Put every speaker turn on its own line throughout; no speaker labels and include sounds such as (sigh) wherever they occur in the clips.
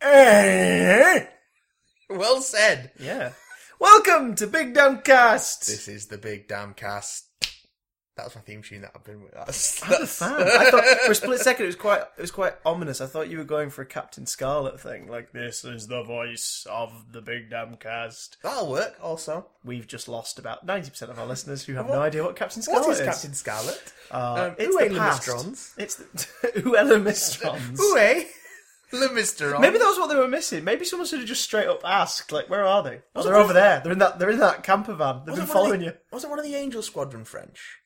Eh?
Well said.
Yeah. Welcome to Big Dumb Cast.
This is the big damn cast. That was my theme tune that I've been with. (laughs) That's,
I'm a fan. I thought (laughs) for a split second it was quite it was quite ominous. I thought you were going for a Captain Scarlet thing, like this is the voice of the Big Dumb Cast.
that'll work. Also,
We've just lost about ninety percent of our listeners who have no idea what Captain Scarlet
what is
is.
Captain Scarlet?
Uh,
Um,
it's
Uwe
the past.
Lemistrons.
It's the (laughs)
(laughs)
Uella Mistrons.
Uwe Lemisteron.
Maybe that was what they were missing. Maybe someone should have just straight up asked, like, "Where are they?" Oh,
Was it
they're
one
over
of-
there. They're in that. They're in that camper van. They've been following you.
Wasn't one of the Angel Squadron French?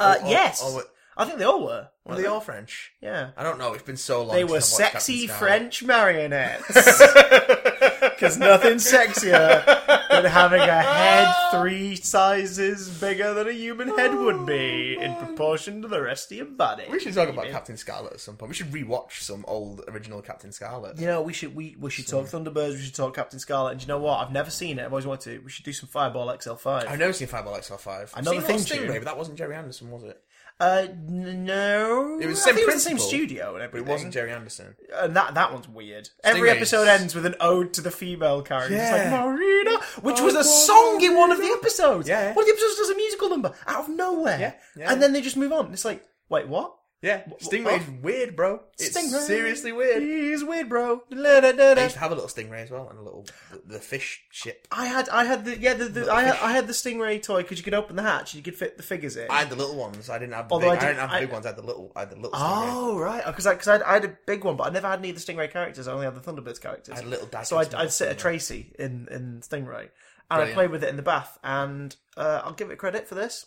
Uh,
Or- or-
yes,
or were-
I think they all were.
oh, Were
weren't
they all French?
Yeah,
I don't know. It's been so long.
they
since
were
I've watched
sexy
Captain
French (laughs) marionettes. Because nothing sexier than having a head three sizes bigger than a human head would be in proportion to the rest of your body.
Scarlet. We should talk about Captain Scarlet at some point. We should rewatch some old original Captain Scarlet.
You know, we should we, we should talk Thunderbirds. We should talk Captain Scarlet. And do you know what? I've never seen it. I've always wanted to. We should do some Fireball XL5.
I've never seen Fireball XL5. I've
Another
seen Lost
theme tune.
Stingray, but that wasn't Jerry Anderson, was it?
Uh, n- no.
It was
I
same
think it was the same
principle,
studio and
But it
everything.
wasn't Jerry Anderson.
And that that one's weird. Every
Stingrays.
episode ends with an ode to the female character. It's like
Yeah.
Marina, which
I
was a
want
song in one of the episodes.
Yeah, yeah.
One of the episodes does a musical number out of nowhere.
Yeah, yeah.
And then they just move on. It's like, wait, what?
Yeah, Stingray's weird, bro. It's
oh. Stingray.
seriously weird.
He's weird, bro.
I
La-da-da-da.
used to have a little Stingray as well, and a little the, the fish ship.
I had, I had the yeah, the, the, I, had, I had the stingray toy because you could open the hatch and you could fit the figures in.
I had the little ones. I didn't have. The
Although
big,
I
I,
did-
didn't have the
I-
big ones. I had the little. I had the little. Stingray.
Oh right, because I, 'cause I, I had a big one, but I never had any of the Stingray characters. I only had the Thunderbirds characters.
I had a little dice.
so I'd, I'd sit a Tracy in in Stingray, and I
Brilliant.
played with it in the bath. And uh, I'll give it credit for this.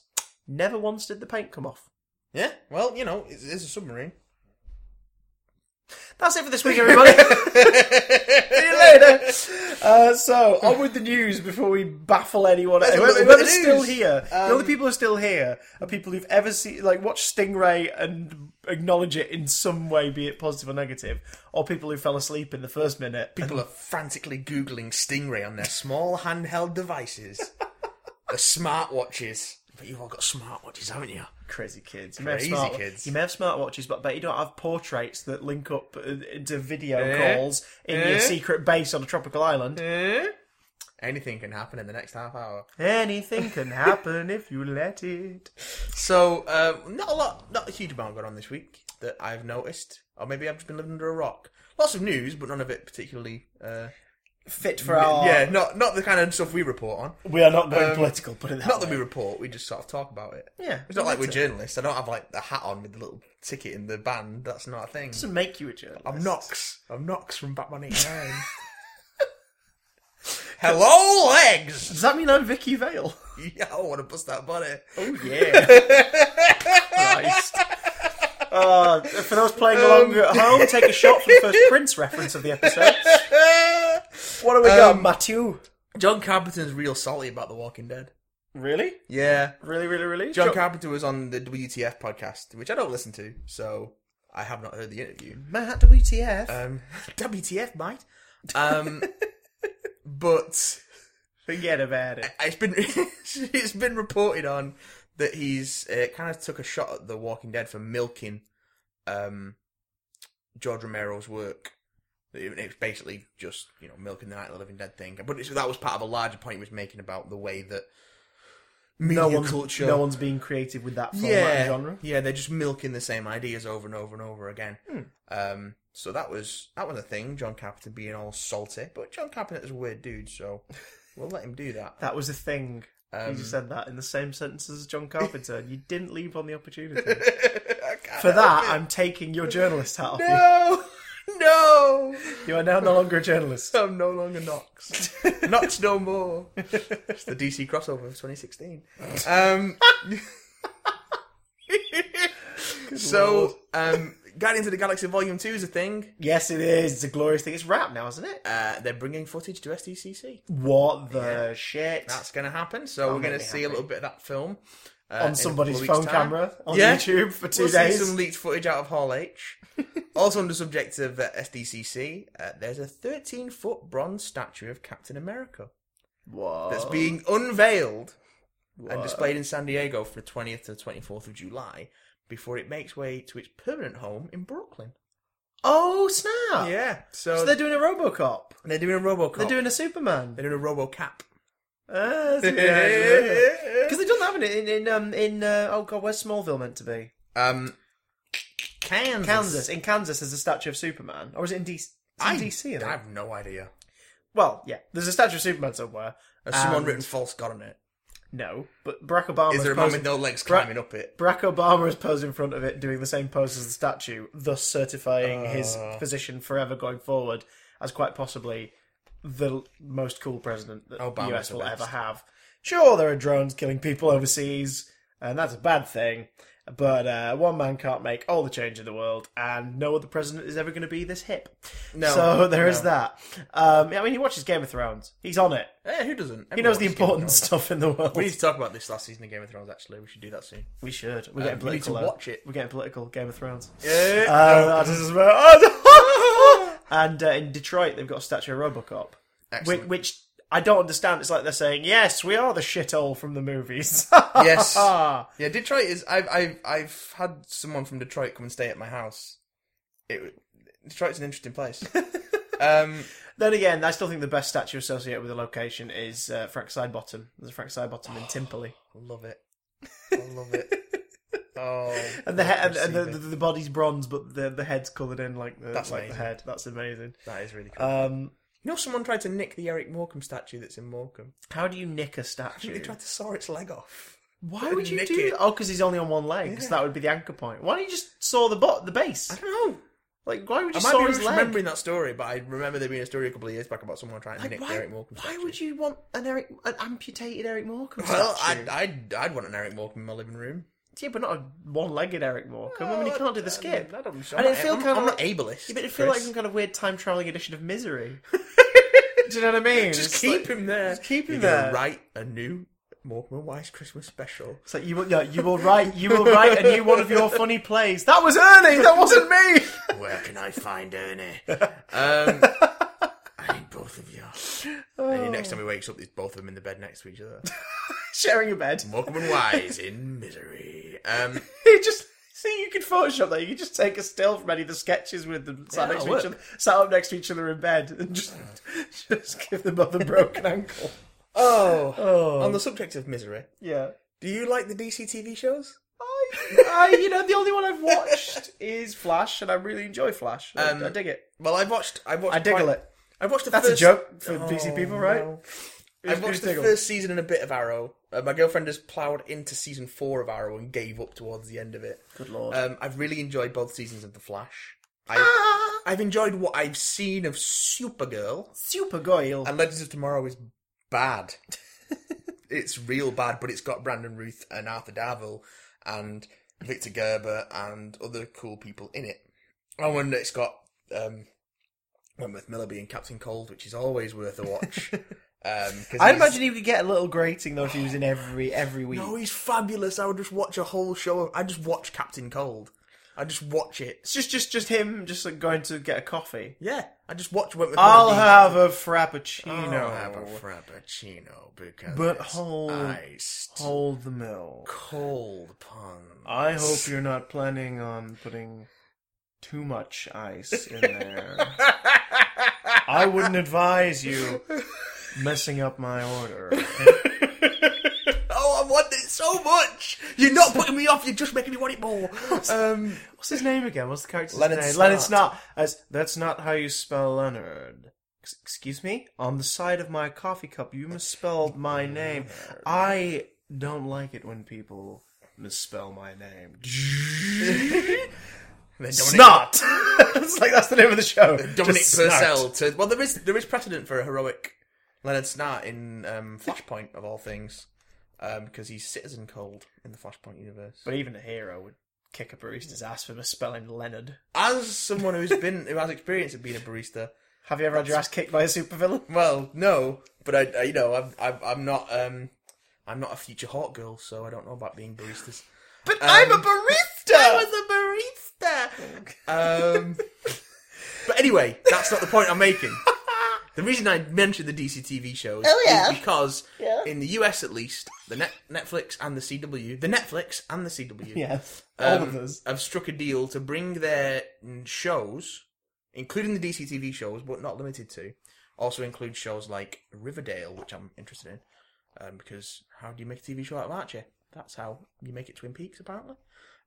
Never once did the paint come off.
Yeah. Well, you know, it's, it's a submarine.
That's it for this
(laughs)
week, everybody. See you later. Uh, so on with the news before we baffle anyone.
Let's
Whoever-
have a bit of
Whoever's
news.
still here, the
Um,
only people who are still here are people who've ever seen, like, watched Stingray and acknowledge it in some way, be it positive or negative, or people who fell asleep in the first minute.
People are frantically googling Stingray on their small handheld devices,
(laughs)
the smartwatches. But you've all got smartwatches, haven't you?
Crazy kids. You may have
Crazy
smart-
kids.
You may have smartwatches, but I bet you don't have portraits that link up uh, into video
Eh?
calls in
Eh?
your secret base on a tropical island.
Anything can happen in the next half hour.
Anything can happen if you let it.
So, um, not a lot, not a huge amount going on this week that I've noticed, or maybe I've just been living under a rock. Lots of news, but none of it particularly. Uh,
Fit for our.
yeah, not not the kind of stuff we report on.
We are not going
Um,
political, put it that
Not that
way.
we report, we just sort of talk about it.
Yeah,
It's not like we're
that's it.
journalists. I don't have like the hat on with the little ticket in the band. That's not a thing.
doesn't make you a journalist.
I'm Knox. I'm Knox from Batman 89.
(laughs)
Hello, legs! (laughs)
Does that mean I'm Vicky Vale?
Yeah, I want to bust that body.
Oh yeah.
(laughs)
Christ. Uh, for those playing along at
Um,
home, take a shot for the
(laughs)
first Prince reference of the episode. What have we got,
Um,
Matthew?
John Carpenter's real salty about The Walking Dead.
Really?
Yeah.
Really, really, really?
John
Jo-
Carpenter was on the WTF podcast, which I don't listen to, so I have not heard the interview.
Matt WTF.
Um, (laughs) WTF, mate.
(laughs)
Um, but
Forget about it.
it's been (laughs) it's been reported on that he's uh, kind of took a shot at The Walking Dead for milking um, George Romero's work. It was basically just you know milking the Night of the Living Dead thing, but it's, that was part of a larger point he was making about the way that media
No one's,
culture.
no one's being creative with that format
yeah,
and genre.
Yeah, they're just milking the same ideas over and over and over again.
Hmm.
Um, so that was that was a thing. John Carpenter being all salty, but John Carpenter's a weird dude,
(laughs)
so we'll let him do that.
That was a thing.
Um,
you just said that in the same sentence as John Carpenter. and you didn't leave on the
(laughs)
opportunity.
I can't
For
help
that,
it.
I'm taking your journalist hat off
no, (laughs) no,
you. You are now no longer a journalist.
I'm no longer
(laughs)
Knox. Knox no more. It's the DC crossover of 2016.
(laughs)
Um, so, um, Guardians of the Galaxy Volume Two is a thing.
Yes, it is. It's a glorious thing. It's rap now, isn't it?
Uh, they're bringing footage to SDCC.
What the shit?
That's going to happen. So we're
make
going
me
to see
happy.
a little bit of that film uh, in a
on
couple
somebody's
of weeks'
phone
time.
camera on
Yeah.
YouTube for 2
We'll see
days.
some leaked footage out of Hall
(laughs)
H. also on the subject of uh, SDCC, uh, there's a 13 foot bronze statue of Captain America
Whoa.
that's being unveiled and displayed in San Diego from the 20th to the 24th of July before it makes way to its permanent home in Brooklyn.
Oh snap!
Yeah. So,
So they're
they're,
doing a RoboCop.
doing a RoboCop.
They're doing a
(laughs)
Superman. Ah,
they're doing a
(laughs)
RoboCap.
Because
(laughs)
they've done that haven't they, in in um in uh, oh god where's Smallville meant to be?
(laughs) um, Kansas.
Kansas. In Kansas, there's a statue of Superman, or is it in DC? It's in
I,
DC. I think.
I have no idea.
Well, yeah, there's a statue of Superman somewhere.
Has someone
And-
written false god on it?
No, but Barack Obama
Is there a man
posing,
with no legs
Bra-
climbing up it?
Barack Obama is posed in front of it, doing the same pose as the statue, thus certifying his
Oh.
position forever going forward as quite possibly the l- most cool president that
Obama's
the US
the
will
best.
ever have. Sure, there are drones killing people overseas, and that's a bad thing. But uh, one man can't make all the change in the world, and no other president is ever going to be this hip.
No.
so (laughs) there is
no.
that. Um, I mean, he watches Game of Thrones. He's on it.
Eh, who doesn't?
He knows
Everyone
the
watches Game of
important
Thrones.
stuff in the world.
We need to talk about this last season of Game of Thrones. Actually, we should do that soon.
We should. We're
Um,
getting
you need to
political. though.
watch it.
We're getting political. Game of Thrones.
Yeah.
Uh, that is (laughs) about- (laughs) and uh, in Detroit, they've got a statue of RoboCop, (laughs) which,
Excellent.
which I don't understand. It's like they're saying, "Yes, we are the shithole from the movies." (laughs)
Yes. Yeah, Detroit is. I've I've I've had someone from Detroit come and stay at my house. It Detroit's an interesting place.
(laughs)
um,
Then again, I still think the best statue associated with the location is uh, Frank Sidebottom. There's a Frank Sidebottom in
(sighs)
Timperley,
I love it. I love it.
(laughs)
Oh,
and the he- and, and the,
perceive
the,
it.
the body's bronze, but the the head's coloured in like the
That's
like the
amazing.
head. That's amazing.
that is really cool.
Um,
you know, someone tried to nick the Eric Morecambe statue that's in Morecambe.
how do you nick a
I think
statue?
they tried to saw its leg off.
Why would you
Nick
do
it.
that? Oh, because he's only on one leg. 'cause
Yeah.
that would be the anchor point. Why don't you just saw the bot, the
I
base?
don't know.
Like, why would you
I might
saw
be
his
just
leg?
remembering that story, but I remember there being a story a couple of years back about someone trying to
Like,
nick
why,
the Eric Morecambe
why
statue.
would you want an Eric, an amputated Eric Morecambe?
Well, I'd,
statue?
I'd, I'd want an Eric Morecambe in my living room.
yeah, but not a one-legged Eric Morecambe. I mean, he can't do the skip.
I don't,
And it'd feel
I'm,
kinda
I'm not
like-
ableist.
Yeah, but it'd feel like
Chris.
some kind of weird time traveling edition of
(laughs)
Misery. do you know what I mean?
just
It's
keep
like-
him there.
just keep him
You're gonna
there.
Write a new Morecambe and Wise Christmas special.
It's like you will, no, you will write, you will write a new one of your funny plays. That was Ernie. That wasn't
(laughs)
me. (laughs)
Where can I find (laughs) Ernie? um, I need both of you. And the next time he wakes up, there's both of them in the bed next to each (laughs) other.
Sharing a bed.
Morecambe and Wise in misery. Um,
(laughs) You just see you could Photoshop that. You could just take a still from any of the sketches with them sat
Yeah,
next to
look.
each other, sat up next to each other in bed, and just (laughs) just give them up the
(laughs)
broken ankle.
oh,
Oh,
on the subject of misery,
yeah.
do you like the DC TV shows?
I, I, you know, the only one I've watched is Flash, and I really enjoy Flash. I,
Um,
I dig it.
Well, I've watched. I've watched.
I diggle
quite-
it.
I've watched the
That's a
first-
joke for PC people, right?
no.
It was-
I've
it was
watched the
diggle.
first season and a bit of Arrow. Uh, my girlfriend has ploughed into season four of Arrow and gave up towards the end of it.
Good lord. Ah!
Um, I've really enjoyed both seasons of The Flash. I,
Uh,
I've enjoyed what I've seen of Supergirl.
Supergirl.
And Legends of Tomorrow is
(laughs)
bad. it's real bad, but it's got Brandon Ruth and Arthur Darvill and Victor Gerber and other cool people in it. I wonder it's got um, Wentworth Miller being Captain Cold, which is always worth a
(laughs)
watch. um, 'cause
I'd
he's-
imagine he could get a little grating though if he was in every every week.
No, he's fabulous. I would just watch a whole show. Of, I just watch Captain Cold. I just watch it.
It's just just just him just like going to get a coffee.
Yeah, I just watch Wentworth
I'll
Miller being-
have a frappuccino.
I'll have a frappuccino because
But
it's
hold-
iced
Hold the milk.
cold pun.
I hope you're not planning on putting too much ice
(laughs)
in there. I wouldn't advise you messing up my order.
oh, I want it so much. You're not putting me off. You're just making me want it more. (laughs) Um,
What's his name again? What's the character's
Leonard
name?
Snart.
Leonard Snart. As, that's not how you spell Leonard. Ex- Excuse me? On the side of my coffee cup, you misspelled my name. I don't like it when people misspell my name.
Dominic,
Snart! (laughs) it's like that's the name of the show.
Dominic
Just Snart.
Purcell. To, well, there is there is precedent for a heroic Leonard Snart in um, Flashpoint of all things, um, because he's Citizen Cold in the Flashpoint universe.
But even a hero would kick a barista's ass for misspelling Leonard.
As someone who's been who has experience of being a barista,
Have you ever had your ass kicked by
(laughs)
a supervillain?
well, no, but I, I you know I'm I'm, I'm not um, I'm not a future hot girl, so I don't know about being baristas.
But
I'm a
barista! I
was a barista. Um, but anyway, that's not the point I'm making. The reason I mentioned the DC TV shows
Oh, yeah.
is because
(laughs) yeah.
in the US at least, the Net- Netflix and the CW, the Netflix and the CW,
Yes.
um,
All of us.
have struck a deal to bring their mm, shows, including the DC TV shows, but not limited to, also include shows like Riverdale, which I'm interested in, um, because how do you make a TV show out of Archie? That's how you make it Twin Peaks, apparently.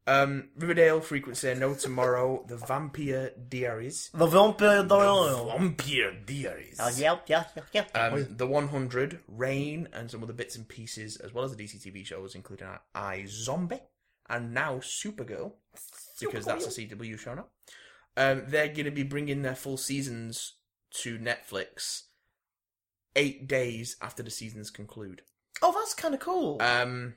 Um, Riverdale, Frequency, No Tomorrow, The Vampire Diaries,
The Vampire Diaries.
Vampire Diaries,
yeah, yeah, yeah, Oh, yeah.
um, The 100, Rain, and some other bits and pieces, as well as the DC TV shows, including I Zombie and now Supergirl, because that's a CW show now. Um, they're going to be bringing their full seasons to Netflix eight days after the seasons conclude.
oh, that's kind of cool.
Um,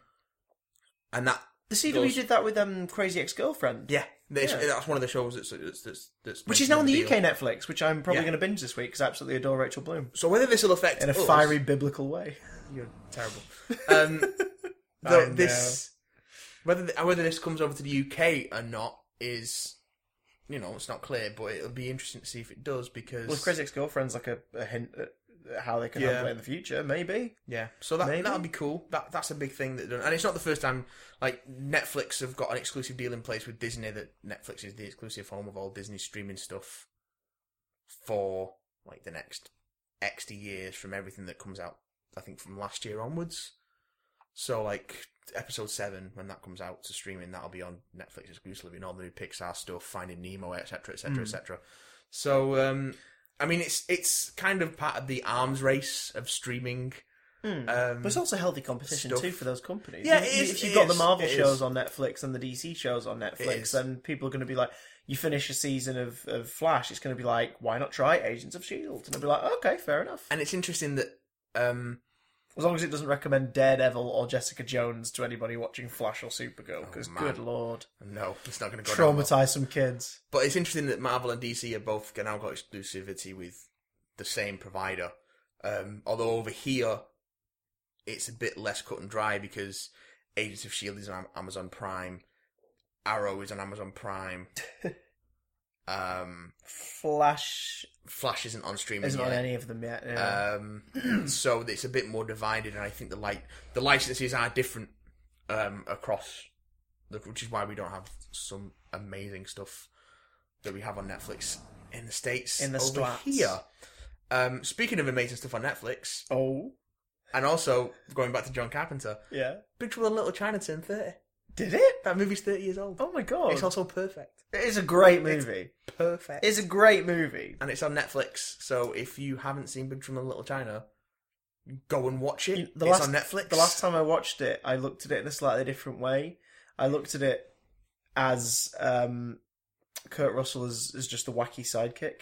and that,
the CW
goes-
did that with um, Crazy Ex-Girlfriend.
yeah, that's,
Yeah.
that's one of the shows that's that's that's, that's
Which is now on the
deal.
UK Netflix, which I'm probably
Yeah.
going to binge this week because I absolutely adore Rachel Bloom
So whether this will affect
in a
us-
fiery biblical way.
You're
(laughs)
terrible. Um,
I
though
know.
this whether th- whether this comes over to the UK or not is you know it's not clear, but it'll be interesting to see if it does because
Well, Crazy Ex-Girlfriend's like a, a hint at how they can
Yeah.
handle it in the future, maybe.
yeah, so that
Maybe.
that'll be cool. That that's a big thing that done, and it's not the first time like Netflix have got an exclusive deal in place with Disney that Netflix is the exclusive home of all Disney streaming stuff for like the next extra years from everything that comes out. I think from last year onwards. So like episode seven, when that comes out to streaming, that'll be on Netflix exclusively and all the new Pixar stuff, Finding Nemo, etc., etc., etc. So um, I mean, it's it's kind of part of the arms race of streaming. Um,
But it's also healthy competition
Stuff.
too for those companies.
Yeah,
If-
it is,
If you've
it
got
is,
the Marvel
it is.
shows on Netflix and the DC shows on
is.
Netflix, then people are going to be like, you finish a season of, of Flash, it's going to be like, why not try Agents of Shield? E And I'll be like, okay, fair enough.
and it's interesting that um,
As long as it doesn't recommend Daredevil or Jessica Jones to anybody watching Flash or Supergirl, because
Oh, man.
good lord,
no, it's not going to go down well.
traumatize some kids.
But it's interesting that Marvel and DC have both now got exclusivity with the same provider. Um, although over here, it's a bit less cut and dry because Agents of S.H.I.E.L.D. E is on Am- Amazon Prime, Arrow is on Amazon
(laughs)
Prime, um,
Flash
Flash isn't on streaming
isn't
yet.
on any of them yet. yeah.
Um, (clears throat) so it's a bit more divided, and I think the like the licenses are different um, across, the, which is why we don't have some amazing stuff that we have on Netflix in the states
In the
over
strats.
here. Um, speaking of amazing stuff on Netflix,
oh,
and also going back to John Carpenter,
yeah.
Big Trouble in Little China turned thirty.
Did it?
That movie's thirty years old.
Oh my god.
It's also perfect,
it is a great movie.
perfect,
It's a great movie.
and it's on Netflix. So if you haven't seen Big Trouble in Little China. Go and watch it.
The
it's
last-
on Netflix.
The last time I watched it, I looked at it in a slightly different way. I looked at it as um, Kurt Russell is, is just the wacky sidekick.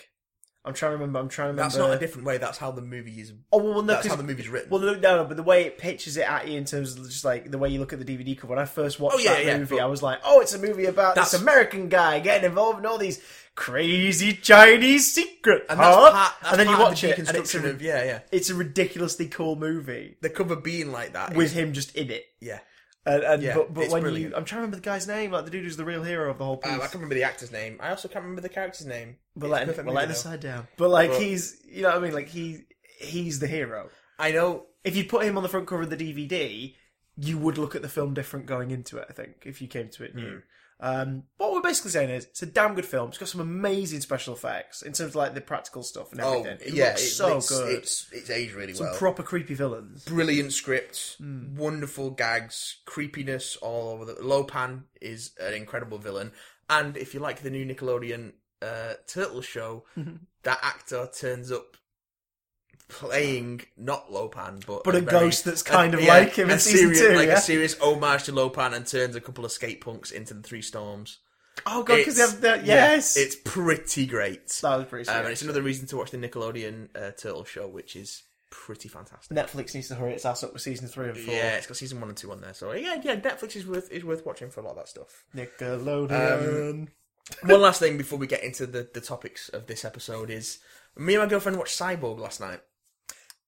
I'm trying to remember. I'm trying to remember.
That's not a different way. That's how the movie is.
Oh well, no,
that's how
'cause-
the movie's written.
Uh, Well, no, no, no, but the way it pitches it at you in terms of just like the way you look at the DVD cover. When I first watched
Oh, yeah,
that
yeah,
movie,
but-
I was like, "Oh, it's a movie about this
That's-
American guy getting involved in all these crazy Chinese secrets."
and that's
huh?"
part. That's
and then
part
you
of
watch
the
it, and it's
deconstruction
a,
of yeah, yeah.
it's a ridiculously cool movie
The cover being like that.
with him just in it.
yeah,
And, and
Yeah,
but, but
it's
when
brilliant.
you, I'm trying to remember the guy's name, like the dude who's the real hero of the whole piece.
um, I can't remember the actor's name. I also can't remember the character's name. It's
we're
a
letting,
perfect
we're
movie,
letting the
though.
side down, but like
But-
he's, you know what I mean? Like he, he's the hero.
I know.
If you put him on the front cover of the DVD, you would look at the film different going into it. I think if you came to it new. Um, what we're basically saying is, it's a damn good film. It's got some amazing special effects in terms of like the practical stuff and
Oh,
everything. it
yeah,
looks
it-
so
it's,
good.
It's it's aged really
some
well.
proper creepy villains.
Brilliant script,
Hmm.
wonderful gags, creepiness all over the. Lopan is an incredible villain, and if you like the new Nickelodeon uh, Turtle
(laughs)
show, that actor turns up playing not Lopan, but
But a
very-
ghost that's kind
a-
of
yeah,
like him in
a
season
serious-
two,
like
yeah?
a serious homage to Lopan, and turns a couple of skate punks into the Three Storms.
Oh god, because they
It's-
have that.
yeah,
Yes,
it's pretty great.
that was pretty.
Um,
sweet,
and it's
actually.
another reason to watch the Nickelodeon uh, Turtle show, which is pretty fantastic.
Netflix needs to hurry its ass up with season three and four.
Yeah, it's got season one and two on there. So yeah, yeah, Netflix is worth is worth watching for a lot of that stuff.
Nickelodeon.
(laughs) Um, one last thing before we get into the, the topics of this episode is me and my girlfriend watched Cyborg last night.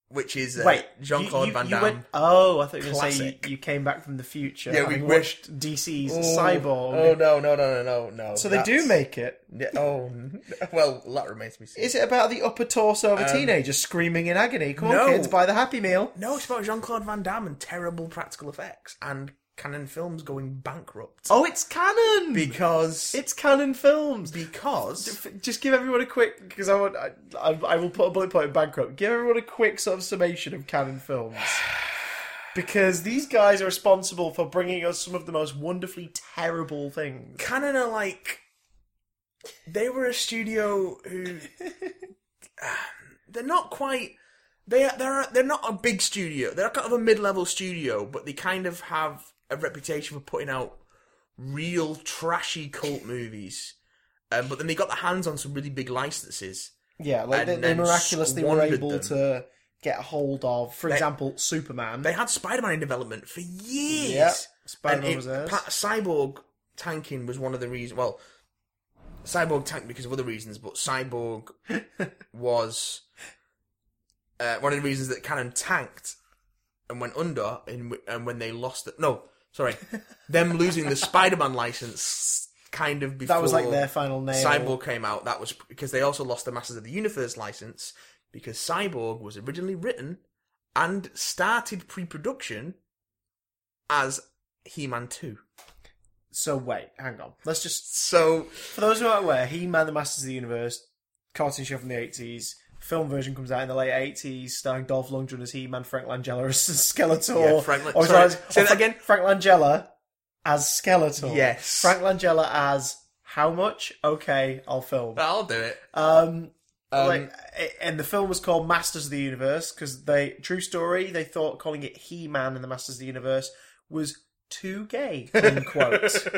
which is uh,
Wait,
Jean Claude
you-
Van
you
Damme.
went- oh, I thought you were going to say
Classic.
you, you came back from the future.
Yeah, we
having
wished-
watched DC's
Oh,
Cyborg.
Oh no no no no no no.
so they do
that's-
make it.
Yeah, oh (laughs) well, that remains to be seen.
Is it about the upper torso of a
Um,
teenager screaming in agony? Come on,
no.
kids, buy the Happy Meal.
No, it's about Jean Claude Van Damme and terrible practical effects and Canon Films going bankrupt
Oh, it's canon.
because
it's canon films.
because
F- Just give everyone a quick because I want I, I, I will put a bullet point in bankrupt. Give everyone a quick sort of summation of
(sighs)
canon films because these guys are responsible for bringing us some of the most wonderfully terrible things.
Canon are like they were a studio who ah, they're not quite they they're they're not a big studio. They're kind of a mid-level studio, but they kind of have a reputation for putting out real trashy cult movies. Um, but then they got their hands on some really big licenses.
Yeah, like they,
And
they
then
miraculously were
squandered
able
them.
to get hold of, for example, Superman.
They had Spider-Man in development for years.
yeah,
And
Spider-Man
it-
was theirs.
Pa- Cyborg tanking was one of the reasons. Well, Cyborg tanked because of other reasons, but
(laughs)
Cyborg was uh, one of the reasons that Canon tanked and went under, and, w- and when they lost it. No, sorry, them losing the Spider-Man license kind of before
that was like their final name.
Cyborg came out. That was because they also lost the Masters of the Universe license because Cyborg was originally written and started pre-production as He-Man Two.
So wait, hang on. Let's just
So
For those who aren't aware, He Man, the Masters of the Universe, cartoon show from the 80s, film version comes out in the late 80s, starring Dolph Lundgren as He Man, Frank Langella as (laughs) Skeletor.
Yeah, Frank Lan-
or
sorry,
sorry,
say
or
that
Fra-
again?
Frank Langella as Skeletor.
Yes.
Frank Langella as how much? Okay, I'll film.
I'll do it.
Um,
Um,
like, a- and the film was called Masters of the Universe because they, true story, they thought calling it He Man and the Masters of the Universe was too gay, unquote.
(laughs)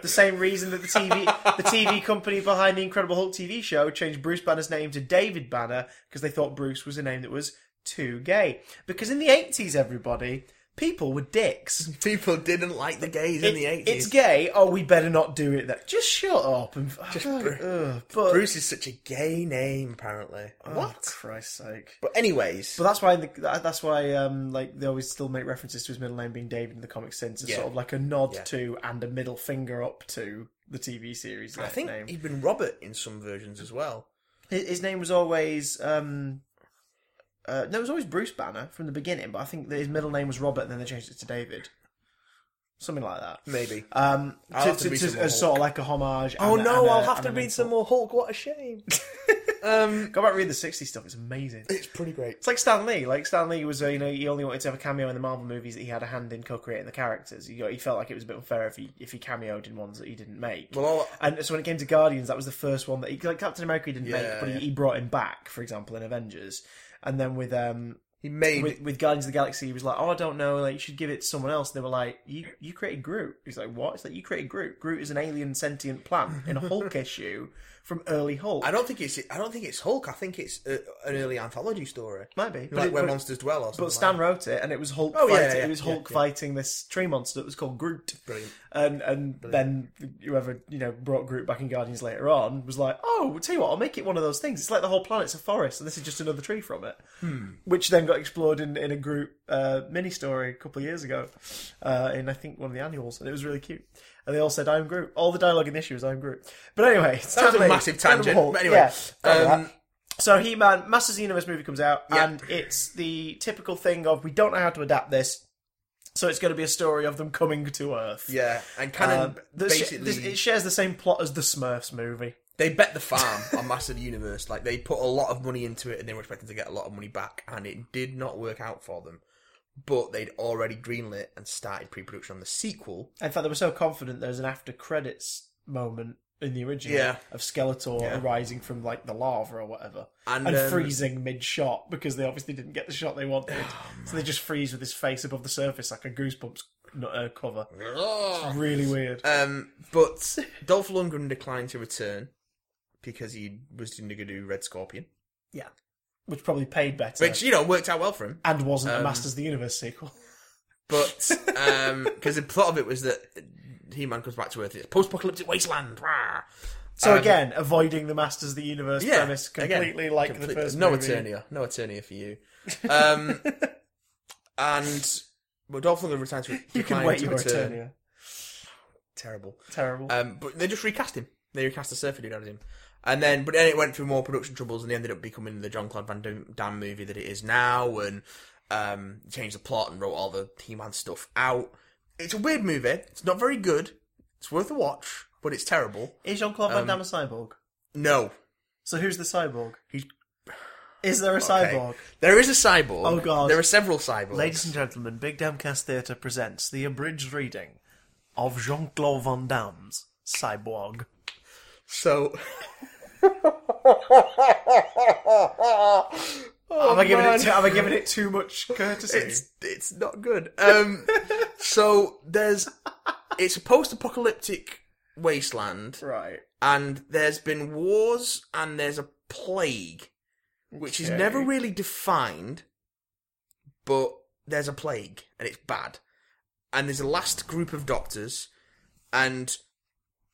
The same reason that the TV the TV company behind the Incredible Hulk TV show changed Bruce Banner's name to David Banner because they thought Bruce was a name that was too gay. Because in the eighties, everybody people were dicks.
People didn't like the gays in the
It- it's
eighties.
gay. Oh, we better not do it. Then just shut up and just but
Bruce is such a gay name, apparently.
Oh,
What?
Christ's sake.
But anyways,
But that's why the, that- that's why um like they always still make references to his middle name being David in the comic sense as
Yeah.
sort of like a nod
Yeah.
to and a middle finger up to the TV series.
I think
name.
he'd been Robert in some versions as well.
His, his name was always um, uh, no, it was always Bruce Banner from the beginning, but I think that his middle name was Robert, and then they changed it to David, something like that.
Maybe.
Um,
I'll
to,
have to
to-
read
to-
some more
as sort of like a homage.
Oh
and a-
no,
and a-
I'll have to
and an
read some
insult.
more Hulk. What a shame. (laughs) um,
Go back and read the '60s stuff; it's amazing.
it's pretty great.
It's like Stan Lee. Like Stan Lee was, uh, you know, he only wanted to have a cameo in the Marvel movies that he had a hand in co-creating the characters. He, got, he felt like it was a bit unfair if he if he cameoed in ones that he didn't make.
Well, all,
And so when it came to Guardians, that was the first one that he like Captain America he didn't
Yeah,
make, but
yeah.
he, he brought him back, for example, in Avengers. And then with um
he made
with, with Guardians of the Galaxy, he was like, "Oh, I don't know, like you should give it to someone else." And they were like, "You you created Groot." He's like, "What?" It's like you created Groot. Groot is an alien sentient plant in a
(laughs)
Hulk issue from early Hulk.
I don't think it's I don't think it's Hulk. I think it's uh an early anthology story,
Might be, but,
like
it-
where
but-
monsters dwell. Or something
but Stan
like
wrote it, and it was Hulk.
Oh, yeah,
fighting,
yeah,
it was
yeah,
Hulk
yeah.
fighting this tree monster that was called Groot.
that. brilliant.
And and then whoever you know brought Groot back in Guardians later on was like, oh, well, tell you what, I'll make it one of those things. It's like the whole planet's a forest, and this is just another tree from it,
Hmm.
which then got explored in, in a Groot uh, mini story a couple of years ago, uh, in I think one of the annuals, and it was really cute. And they all said, "I'm Groot." All the dialogue in the issue is "I'm Groot." But anyway,
That was
Stanley-
a massive
Stanley
tangent.
Hall,
But anyway,
yeah, done
um,
that. So He Man, Masters of the Universe movie comes out,
Yeah.
and it's the typical thing of we don't know how to adapt this, so it's going to be a story of them coming to Earth.
yeah, and Cannon
Um, the-
basically
this- it shares the same plot as the Smurfs movie.
they bet the farm (laughs) on Massive Universe. Like they put a lot of money into it, and they were expecting to get a lot of money back, and it did not work out for them. But they'd already greenlit and started pre-production on the sequel.
In fact, they were so confident there's an after credits moment in the original
Yeah.
of Skeletor
Yeah.
arising from like the lava or whatever,
And,
and,
um,
freezing mid shot because they obviously didn't get the shot they wanted, so they just freeze with his face above the surface like a Goosebumps uh, cover. Really weird.
(laughs) Um, but Dolph Lundgren declined to return because he was going to do Red Scorpion,
Yeah. Which probably paid better.
which you know worked out well for him.
and wasn't
um,
a Masters of the Universe sequel. (laughs)
But um, because the plot of it was that He Man comes back to Earth, it's post apocalyptic wasteland, rah.
So
Um,
again, avoiding the Masters of the Universe premise
again,
completely, like
complete-
the first.
No
movie.
Eternia. No Eternia for you.
(laughs)
Um, and well, Dolph Lundgren returns. to-
You can
declined
wait
to
your
return.
Eternia.
Terrible.
Terrible.
Um, but they just recast him. They recast the surfer dude as him. And then, but then it went through more production troubles, and they ended up becoming the John Claude Van Dam- Damme movie that it is now, and um, changed the plot and wrote all the He-Man stuff out. It's a weird movie. It's not very good. It's worth a watch, but it's terrible.
Is Jean Claude Van Damme a cyborg?
No,
So who's the cyborg?
He's-
Is there a cyborg?
there is a cyborg.
Oh, God.
there are several cyborgs.
Ladies and gentlemen, Big Damcast Theatre presents the abridged reading of Jean Claude Van Damme's Cyborg.
So. (laughs)
am I
Oh,
giving it? Too, am I giving it too much courtesy?
It's it's not good. Um, so there's it's a post-apocalyptic wasteland,
right.
and there's been wars, and there's a plague, which is never
Okay.
really defined, but there's a plague, and it's bad, and there's a last group of doctors, and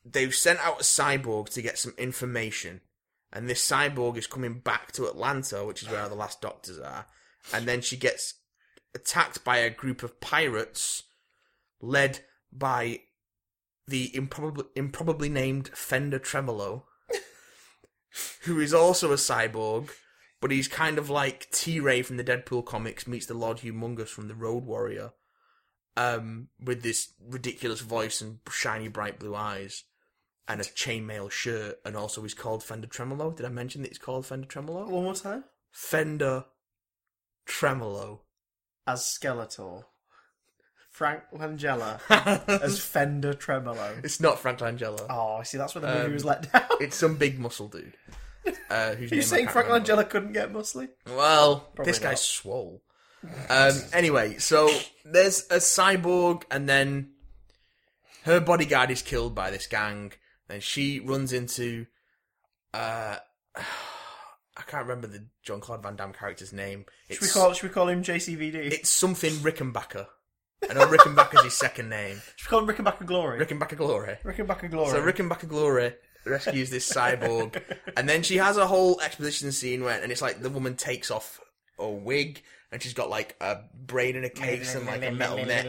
they've sent out a cyborg to get some information. And this cyborg is coming back to Atlanta, which is where the last doctors are. And then she gets attacked by a group of pirates led by the improbably, improbably named Fender Tremolo, (laughs) who is also a cyborg, but he's kind of like T Ray from the Deadpool comics meets the Lord Humongous from the Road Warrior, um, with this ridiculous voice and shiny bright blue eyes. And a chainmail shirt, and also he's called Fender Tremolo. Did I mention that he's called Fender Tremolo?
One more time.
Fender Tremolo.
As Skeletor, Frank Langella as
(laughs)
Fender Tremolo.
It's not Frank Langella.
Oh, I see. That's where the movie
Um,
was let (laughs) down.
It's some big muscle dude. Uh, whose
Are
name
you
I
saying
can't
Frank
remember.
Langella couldn't get muscly?
Well,
Probably
this
not.
guy's swole. Um, anyway, so there's a cyborg, and then her bodyguard is killed by this gang, and she runs into. Uh, (sighs) I can't remember the John Claude Van Damme character's name.
Should we call? Should we call him JCVD?
it's something Rickenbacker. I know Rickenbacker's his second name.
should we call him Rickenbacker Glory?
Rickenbacker Glory.
Rickenbacker Glory.
So Rickenbacker Glory rescues this
(laughs)
cyborg, and then she has a whole exposition scene where, and it's like the woman takes off a wig, and she's got like a brain in a case and like a metal neck.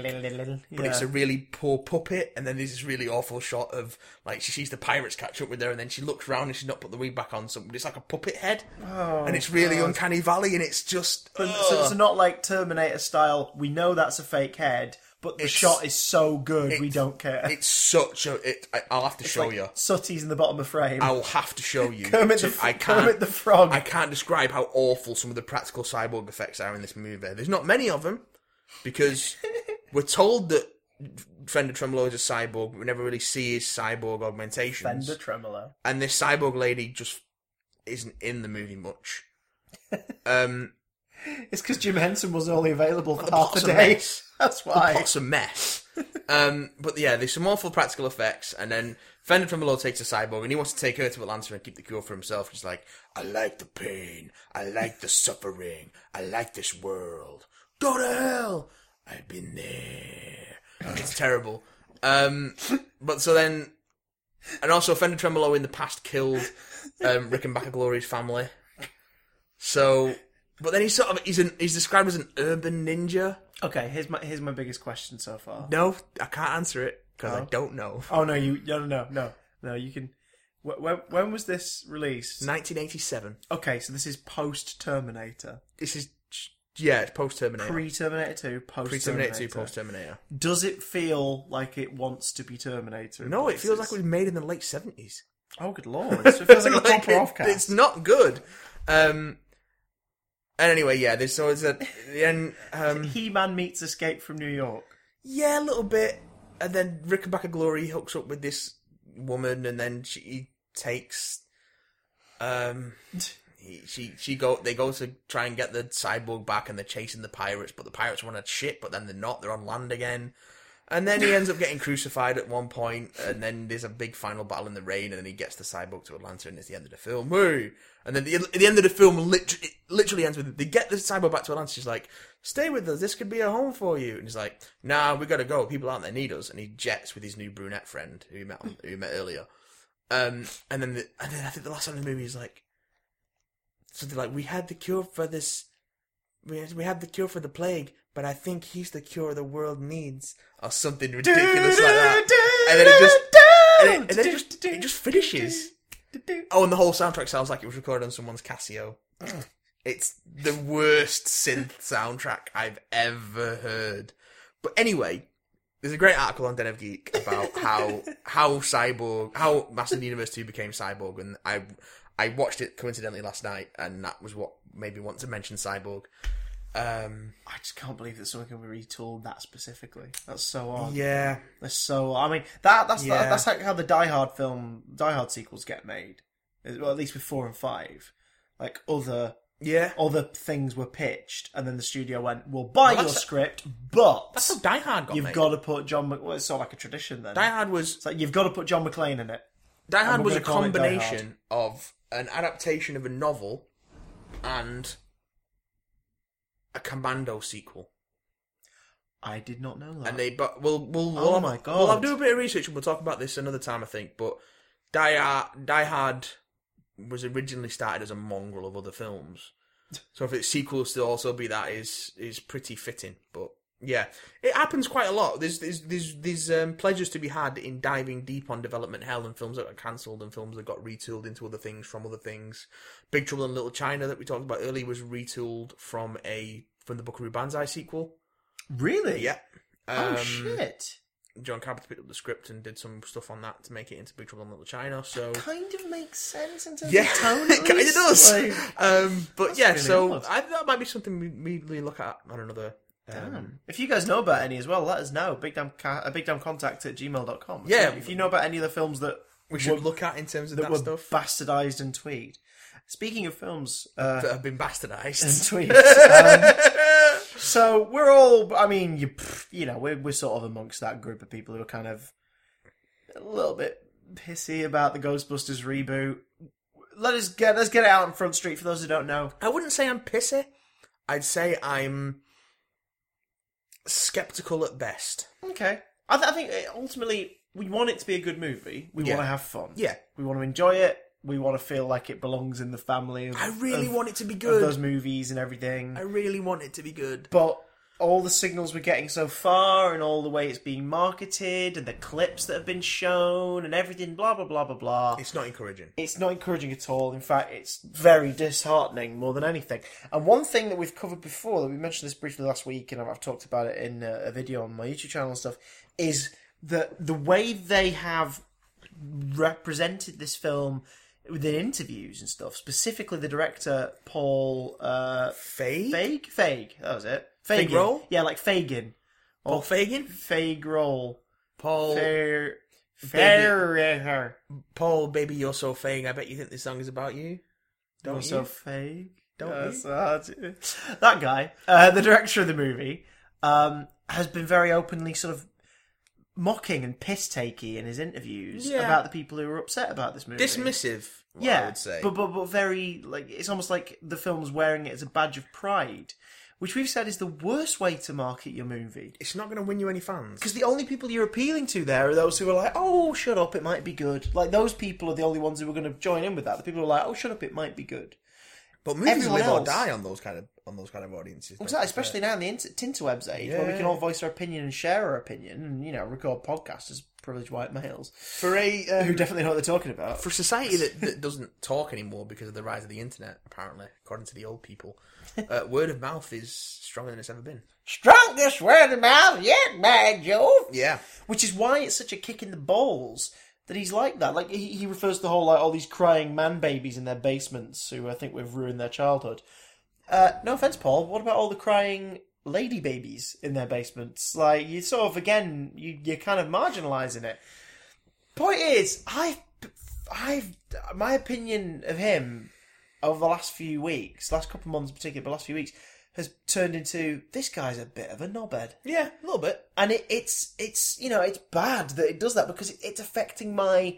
But it's a really poor puppet, and then there's this really awful shot of like she sees the pirates catch up with her, and then she looks round and she's not put the wig back on, so it's like a puppet head,
Oh,
and it's really uncanny valley, and it's just
But so
ugh.
it's not like Terminator style. We know that's a fake head, but the
It's-
shot is so good we
it's-
don't care.
it's oh, such a it, I, I'll have to show
Like,
you.
Sutty's in the bottom of frame.
I'll have to show you.
(laughs) Kermit
to-
the,
I
Kermit the Frog.
I can't describe how awful some of the practical cyborg effects are in this movie. There's not many of them because we're told that Fender Tremolo is a cyborg, but we never really see his cyborg augmentations.
Fender Tremolo.
And this cyborg lady just isn't in the movie much. Um,
It's because Jim Henson was only available for half
pot's
a
a
day.
mess.
(laughs) That's why.
Pot's a mess. um, but yeah, there's some awful practical effects, and then Fender Tremolo takes a cyborg, and he wants to take her to Atlanta and keep the cure for himself. He's like, I like the pain, I like the suffering, I like this world. Go to hell! I've been there. It's terrible. Um, but so then, and also Fender Tremolo in the past killed um, Rickenbacker Glory's family. So, but then he's sort of he's an, he's described as an urban ninja.
Okay, here's my here's my biggest question so far.
No, I can't answer it because I
Oh.
don't know.
Oh no, you no no no no no. You can. wh- When, when was this released?
1987.
Okay, so this is post Terminator,
This is yeah, it's post Terminator,
pre Terminator Two, post
pre
Terminator
Terminator 2, post Terminator.
Does it feel like it wants to be Terminator? in
No, it feels like
places?
it was made in the late 70s.
Oh, good lord! So it feels
(laughs)
like, a proper
it-
offcast.
It's not good. Um, and anyway, yeah, there's always a then um,
He-Man meets Escape from New York.
yeah, a little bit, and then Rickenbacker Glory hooks up with this woman, and then she takes um. he- she she go they go to try and get the cyborg back and they're chasing the pirates but the pirates want to ship but then they're not they're on land again and then he ends up getting crucified at one point and then there's a big final battle in the rain and then he gets the cyborg to Atlanta and it's the end of the film Woo! and then the, the end of the film literally, literally ends with they get the cyborg back to Atlanta she's like stay with us this could be a home for you and he's like nah we gotta go people out there need us and he jets with his new brunette friend who he met, on, who he met earlier Um, and then the, and then I think the last line of the movie is like something like, "We had the cure for this. We had, we had the cure for the plague, but I think he's the cure the world needs," or something ridiculous like that. And then it just and it, and then it just it just finishes. Oh, and the whole soundtrack sounds like it was recorded on someone's Casio. It's the worst synth soundtrack I've ever heard. But anyway, there's a great article on Den of Geek about how how Cyborg, how Master of the Universe Two became Cyborg, and I I watched it coincidentally last night, and that was what made me want to mention Cyborg. Um,
I just can't believe that someone can be retooled that specifically. That's so odd.
yeah,
That's so. I mean, that that's
Yeah.
that's like how the Die Hard film, Die Hard sequels get made. Is- Well, at least with four and five, like other
yeah.
other things were pitched, and then the studio went, "We'll buy your
that's-
script, but
That's how Die Hard got
you've
made.
got to put John." Mc- well, it's sort of like a tradition then.
Die Hard was
it's like you've got to put John McClane in it.
Die Hard
we're
was a
gonna call it Die
combination of an adaptation of a novel and a Commando sequel.
I did not know that.
And they, but we'll, we'll,
Oh
we'll-
my God.
We'll do a bit of research and we'll talk about this another time, I think. But Die Hard, Die Hard was originally started as a mongrel of other films. So if its sequels to also be that is is pretty fitting, but yeah, it happens quite a lot. There's there's there's, there's um, pleasures to be had in diving deep on development hell and films that got cancelled and films that got retooled into other things from other things. Big Trouble in Little China that we talked about earlier was retooled from a from the Buckaroo Banzai sequel.
really?
Yeah.
Oh
Um,
shit!
John Carpenter picked up the script and did some stuff on that to make it into Big Trouble in Little China. So
Kind of makes sense in terms
yeah, (laughs)
of tone.
it kind of does. um, but
That's
yeah,
really
so
odd.
I, that might be something we, we we look at on another. Um,
Damn. If you guys know about any as well, let us know. Big damn, ca- uh, big damn contact at gmail.com.
Yeah.
If you know about any of the films that
we should look at in terms of
that
that,
were
stuff
bastardized and tweed. Speaking of films uh,
that have been
(laughs) and
bastardized. (laughs)
tweets, um, so we're all. I mean, you pff, you know, we're we're sort of amongst that group of people who are kind of a little bit pissy about the Ghostbusters reboot. Let us get let's get it out on Front Street for those who don't know.
I wouldn't say I'm pissy. I'd say I'm skeptical at best.
Okay. I, th- I think uh, ultimately we want it to be a good movie. We
Yeah.
want to have fun.
Yeah,
We want to enjoy it. We want to feel like it belongs in the family. Of,
I really
of-
want it to be
of
good.
those movies and everything.
I really want it to be good.
But all the signals we're getting so far, and all the way it's being marketed, and the clips that have been shown, and everything, blah blah blah blah blah.
It's not encouraging.
It's not encouraging at all. In fact, it's very disheartening more than anything. And one thing that we've covered before, that we mentioned this briefly last week, and I've, I've talked about it in uh, a, a video on my YouTube channel and stuff, is that the way they have represented this film within interviews and stuff, specifically the director, Paul uh,
Fake.
Fag? Fag, that was it. Fagin.
Roll?
Yeah, like Fagin.
Paul Fagin.
Fag roll.
Paul.
Fair. Fair.
Paul, baby, you're so fake. I bet you think this song is about you. Don't
You're so
you?
fake.
Don't
That's hard. (laughs) That guy, uh, the director of the movie, um, has been very openly sort of mocking and piss takey in his interviews
Yeah.
about the people who were upset about this movie.
Dismissive, yeah,
yeah,
I would say.
but but but very like it's almost like the film's wearing it as a badge of pride, which we've said is the worst way to market your movie.
it's not going to win you any fans.
Because the only people you're appealing to there are those who are like, oh, shut up, it might be good. Like, those people are the only ones who are going to join in with that. The people who are like, oh, shut up, it might be good.
But movies
everyone
live or
else-
die on those kind of on those kind of audiences. don't
Exactly,
they?
especially now in the inter- Tinterwebs age, where we can
Yeah.
all voice our opinion and share our opinion and, you know, record podcasts as privileged white males.
for a um,
Who definitely know what they're talking about.
for a society that, that doesn't talk anymore because of the rise of the internet. Apparently, according to the old (laughs) people, uh, word of mouth is stronger than it's ever been.
Strongest word of mouth yet, man, Joe!
Yeah,
Which is why it's such a kick in the balls that he's like that. Like he, he refers to the whole like all these crying man babies in their basements who I think we've ruined their childhood. Uh, no offense, Paul. What about all the crying lady babies in their basements? Like you sort of again, you you're kind of marginalising it. Point is, I, I, my opinion of him over the last few weeks, last couple of months in particular, but last few weeks, has turned into this guy's a bit of a knobhead
yeah, a little bit.
and it, it's it's you know it's bad that it does that because it, it's affecting my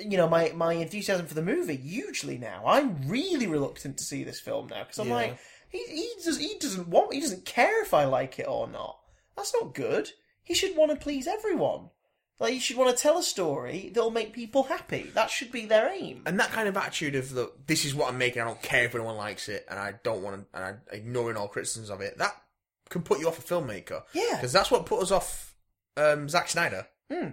you know my my enthusiasm for the movie hugely now. I'm really reluctant to see this film now because I'm
Yeah.
like he he does he doesn't want he doesn't care if I like it or not. That's not good. He should want to please everyone. Like you should want to tell a story that'll make people happy. That should be their aim.
And that kind of attitude of the this is what I'm making. I don't care if anyone likes it, and I don't want to, and I ignoring all criticisms of it. That can put you off a filmmaker
Yeah.
because that's what put us off um, Zack Snyder
Hmm.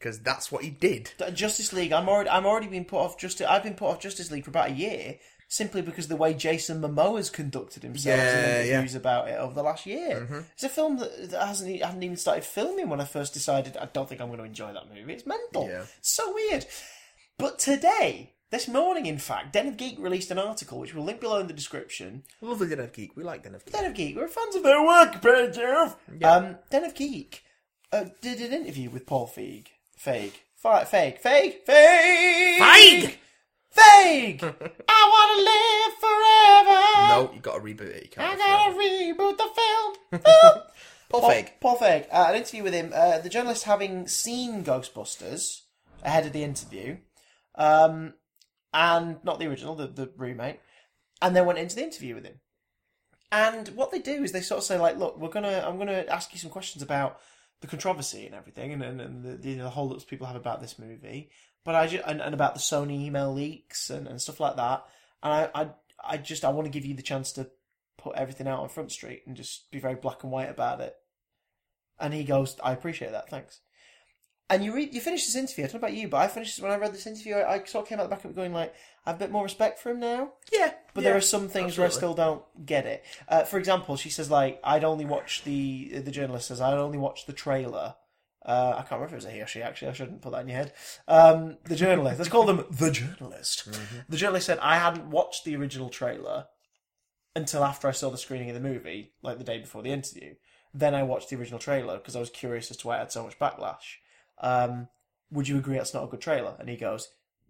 because that's what he did.
D- Justice League. I'm already. I'm already been put off. Justice. I've been put off Justice League for about a year simply because the way Jason Momoa's conducted himself
Yeah,
in
yeah.
interviews about it over the last year.
Mhm.
It's a film that, that hasn't. e- I haven't even started filming when I first decided. I don't think I'm going to enjoy that movie. It's mental.
Yeah.
So weird. But today, this morning, in fact, Den of Geek released an article which we'll link below in the description.
Lovely Den of Geek. We like Den of Geek.
Den of Geek. We're fans of their work, Peter. Jeff.
Yeah.
Um, Den of Geek uh, did an interview with Paul Feig. Feig. Fi- Feig. Feig. Feig.
Feig!
Feig. (laughs) I want to live forever.
No, you got to reboot it. You
I
can't.
gotta reboot the film.
Paul
Paul
Feig.
Paul Feig. Uh, an interview with him. Uh, the journalist, having seen Ghostbusters ahead of the interview, um, and not the original, the, the remake, and then went into the interview with him. And what they do is they sort of say like, "Look, we're gonna, I'm gonna ask you some questions about the controversy and everything, and and, and the, the, the holdups people have about this movie, but I ju- and, and about the Sony email leaks and, and stuff like that. And I, I, I just, I want to give you the chance to put everything out on Front Street and just be very black and white about it. And he goes, I appreciate that, thanks. And you read, you finish this interview. I don't know about you, but I finished this when I read this interview. I, I sort of came out the back of it going like, I have a bit more respect for him now.
Yeah,
But there are some things where I
absolutely.
still don't get it. Uh, for example, she says like, I'd only watch the the journalist says I'd only watch the trailer. Uh, I can't remember if it was a he or she actually. I shouldn't put that in your head. Um, the journalist. Let's call them the journalist.
Mm-hmm.
The journalist said I hadn't watched the original trailer until after I saw the screening of the movie, like the day before the interview. Then I watched the original trailer because I was curious as to why it had so much backlash. Um, would you agree that's not a good trailer? And he goes,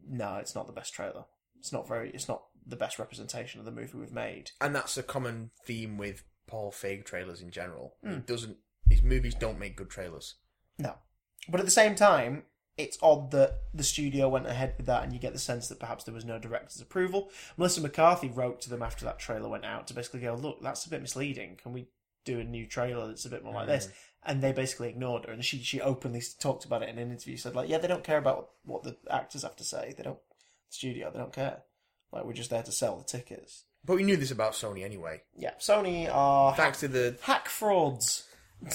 No, it's not the best trailer. It's not very. It's not the best representation of the movie we've made.
and that's a common theme with Paul Feig trailers in general. He doesn't. His movies don't make good trailers.
No. But at the same time, it's odd that the studio went ahead with that and you get the sense that perhaps there was no director's approval. Melissa McCarthy wrote to them after that trailer went out to basically go, look, that's a bit misleading. Can we do a new trailer that's a bit more like this? And they basically ignored her. And she, she openly talked about it in an interview, said, like, yeah, they don't care about what the actors have to say. They don't, the studio, they don't care. Like, we're just there to sell the tickets.
But we knew this about Sony anyway,
Yeah, Sony are
thanks to the
hack frauds.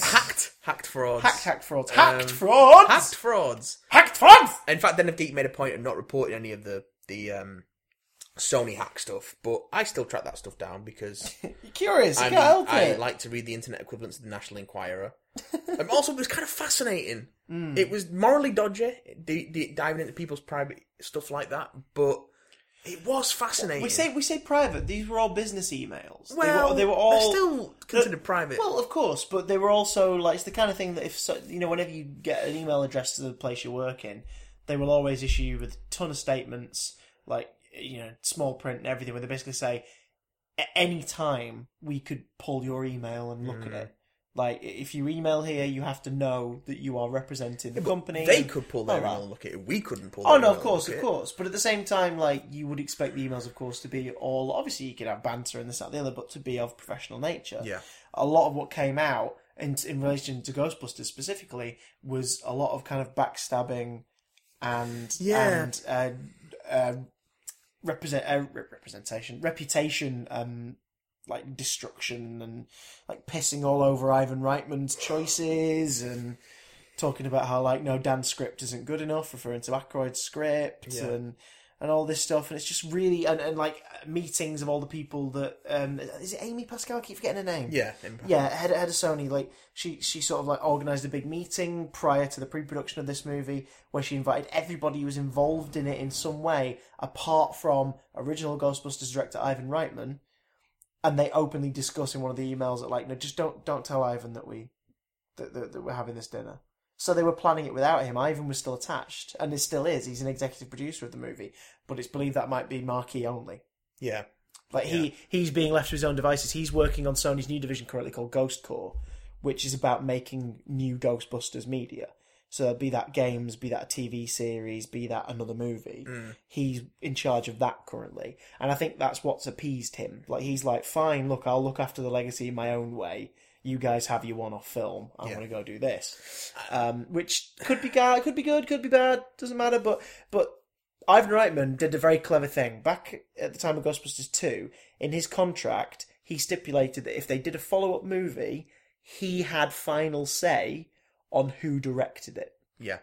hacked, hacked frauds,
Hacked, hacked frauds.
Um,
Hacked frauds!
hacked frauds.
hacked frauds!
In fact, Den of Geek made a point of not reporting any of the the um, Sony hack stuff. But I still track that stuff down because
You're curious. You
I,
can't help
I
it.
like to read the internet equivalents of the National
(laughs)
Enquirer. um, also, it was kind of fascinating.
Mm.
It was morally dodgy, d- d- diving into people's private stuff like that, but it was fascinating.
we say we say private. These were all business emails.
well,
they were, they were
they're
all
still considered private.
well, of course, but they were also like it's the kind of thing that if so, you know, whenever you get an email address to the place you work in, they will always issue you with a ton of statements, like you know, small print and everything, where they basically say at any time we could pull your email and
Hmm.
look at it. Like i- if you email here, you have have to know that you are representing the company.
they
and
could pull their
all that.
email and look at it. We couldn't pull.
Oh
their
no,
email
of course,
and
of
look at it.
course. But at the same time, like you would expect the emails, of course, to be all. Obviously, you could have banter and this, that, the other, but to be of professional nature.
Yeah.
A lot of what came out in in relation to Ghostbusters specifically was a lot of kind of backstabbing, and
Yeah.
and uh, uh, represent uh, re- representation, reputation, um, like destruction and like pissing all over Ivan Reitman's choices and talking about how like no Dan's script isn't good enough, referring to Aykroyd's script
Yeah.
and and all this stuff, and it's just really and, and like meetings of all the people that um is it Amy Pascal? I keep forgetting her name.
Yeah,
Yeah, head, head of Sony, like she, she sort of like organized a big meeting prior to the pre-production of this movie, where she invited everybody who was involved in it in some way, apart from original Ghostbusters director Ivan Reitman, and they openly discuss in one of the emails that like, no, just don't don't tell Ivan that we that, that, that we're having this dinner. So they were planning it without him. Ivan was still attached, and it still is. He's an executive producer of the movie, but it's believed that might be marquee only.
yeah.
Like he he's being left to his own devices. He's working on Sony's new division currently called Ghost Core, which is about making new Ghostbusters media. So be that games, be that a TV series, be that another movie.
Mm.
He's in charge of that currently, and I think that's what's appeased him. Like he's like, fine, look, I'll look after the legacy in my own way. you guys have your one-off film. I'm
Yeah.
going to go do this, um, which could be ga- could be good, could be bad, doesn't matter. But but Ivan Reitman did a very clever thing back at the time of Ghostbusters two. In his contract, he stipulated that if they did a follow-up movie, he had final say on who directed it.
Yeah.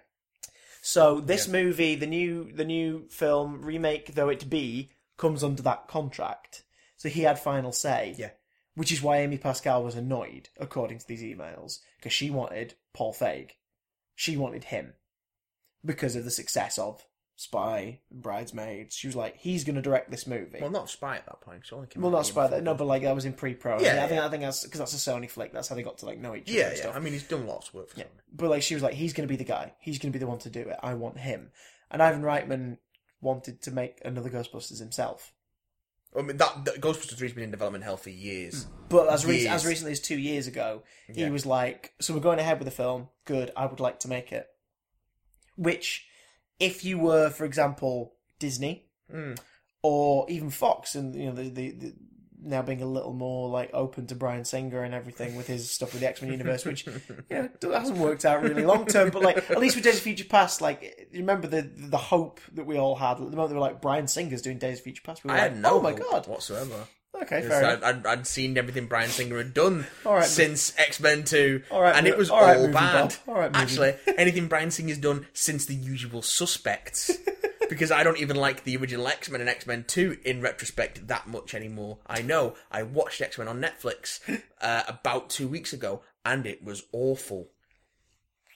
So this movie, the new the new film remake, though it be, comes under that contract. So he had final say.
Yeah.
Which is why Amy Pascal was annoyed, according to these emails, because she wanted Paul Feig. She wanted him because of the success of Spy, Bridesmaids. She was like, he's going to direct this movie.
Well, not Spy at that point. 'cause it only came
Well,
out
not
the year
Spy,
before.
that, no, but like that was in pre-pro.
Yeah,
I think
yeah.
I think that's because that's a Sony flick. That's how they got to like know each other.
Yeah,
and
yeah.
stuff
I mean, he's done lots of work for Sony.
but like she was like, he's going to be the guy. He's going to be the one to do it. I want him. And Ivan Reitman wanted to make another Ghostbusters himself,
I mean, that, that Ghostbusters 3's been in development hell for years.
but as re-
Years.
as recently as two years ago,
Yeah.
he was like, so we're going ahead with the film. Good. I would like to make it. Which, if you were, for example, Disney
Mm.
or even Fox, and you know the the. the now being a little more like open to Brian Singer and everything with his stuff with the X Men universe,
(laughs)
which yeah, it hasn't worked out really long term, but like at least with Days of Future Past, like you remember the the hope that we all had at the moment. They were like Brian Singer's doing Days of Future Past. We were
I
like,
had no
oh my
hope
god,
whatsoever.
okay, fair
I'd,
enough.
I'd, I'd seen everything Brian Singer had done
All right,
since X Men Two,
All right,
and
mo-
it was
all
all,
right, movie,
bad.
Bob. All right, movie.
Actually,
(laughs)
anything Brian Singer's done since The Usual
(laughs)
Suspects, because I don't even like the original X Men and X Men Two in retrospect that much anymore. I know I watched X Men on
(laughs)
Netflix uh, about two weeks ago, and it was awful. (laughs)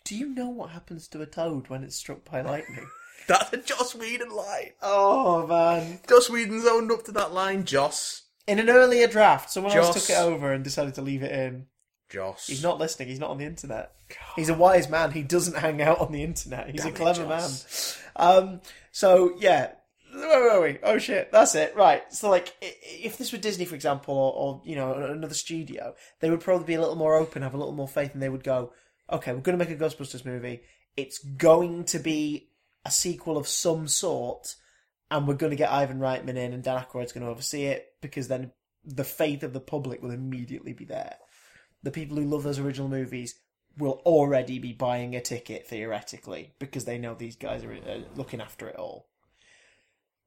Do you know what happens to a toad when it's struck
(laughs)
by lightning?
That's a Joss Whedon line.
oh man!
Joss Whedon's owned up to that line. Joss,
In an earlier draft, someone else
Joss.
took it over and decided to leave it in.
Joss.
He's not listening. He's not on the internet. He's a wise man. He doesn't hang out on the internet. He's
Damn
a
it,
clever man.
Joss.
Um, so yeah, where were we? Oh shit, that's it. Right. So like, i- if this were Disney, for example, or, or you know an- another studio, they would probably be a little more open, have a little more faith, and they would go, okay, we're going to make a Ghostbusters movie. It's going to be a sequel of some sort, and we're going to get Ivan Reitman in, and Dan Aykroyd's going to oversee it because then the faith of the public will immediately be there. The people who love those original movies will already be buying a ticket theoretically because they know these guys are uh, looking after it all.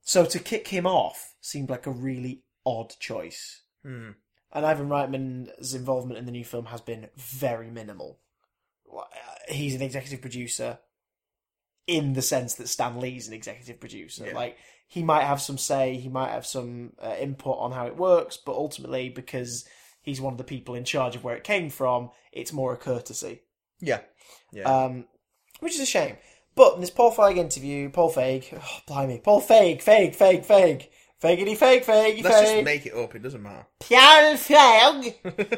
So to kick him off seemed like a really odd choice.
Hmm.
And Ivan Reitman's involvement in the new film has been very minimal. Well, uh, He's an executive producer in the sense that Stan Lee's an executive producer.
Yeah.
Like, he might have some say, he might have some uh, input on how it works, but ultimately, because he's one of the people in charge of where it came from, it's more a courtesy.
Yeah, yeah.
Um, which is a shame. But in this Paul Feig interview, Paul Feig, oh, blimey, Paul Feig, Feig, Feig, Feig, Feigity, Feig, Feig,
Let's just
Feig,
make it up. It doesn't matter. (laughs)
Paul Feig,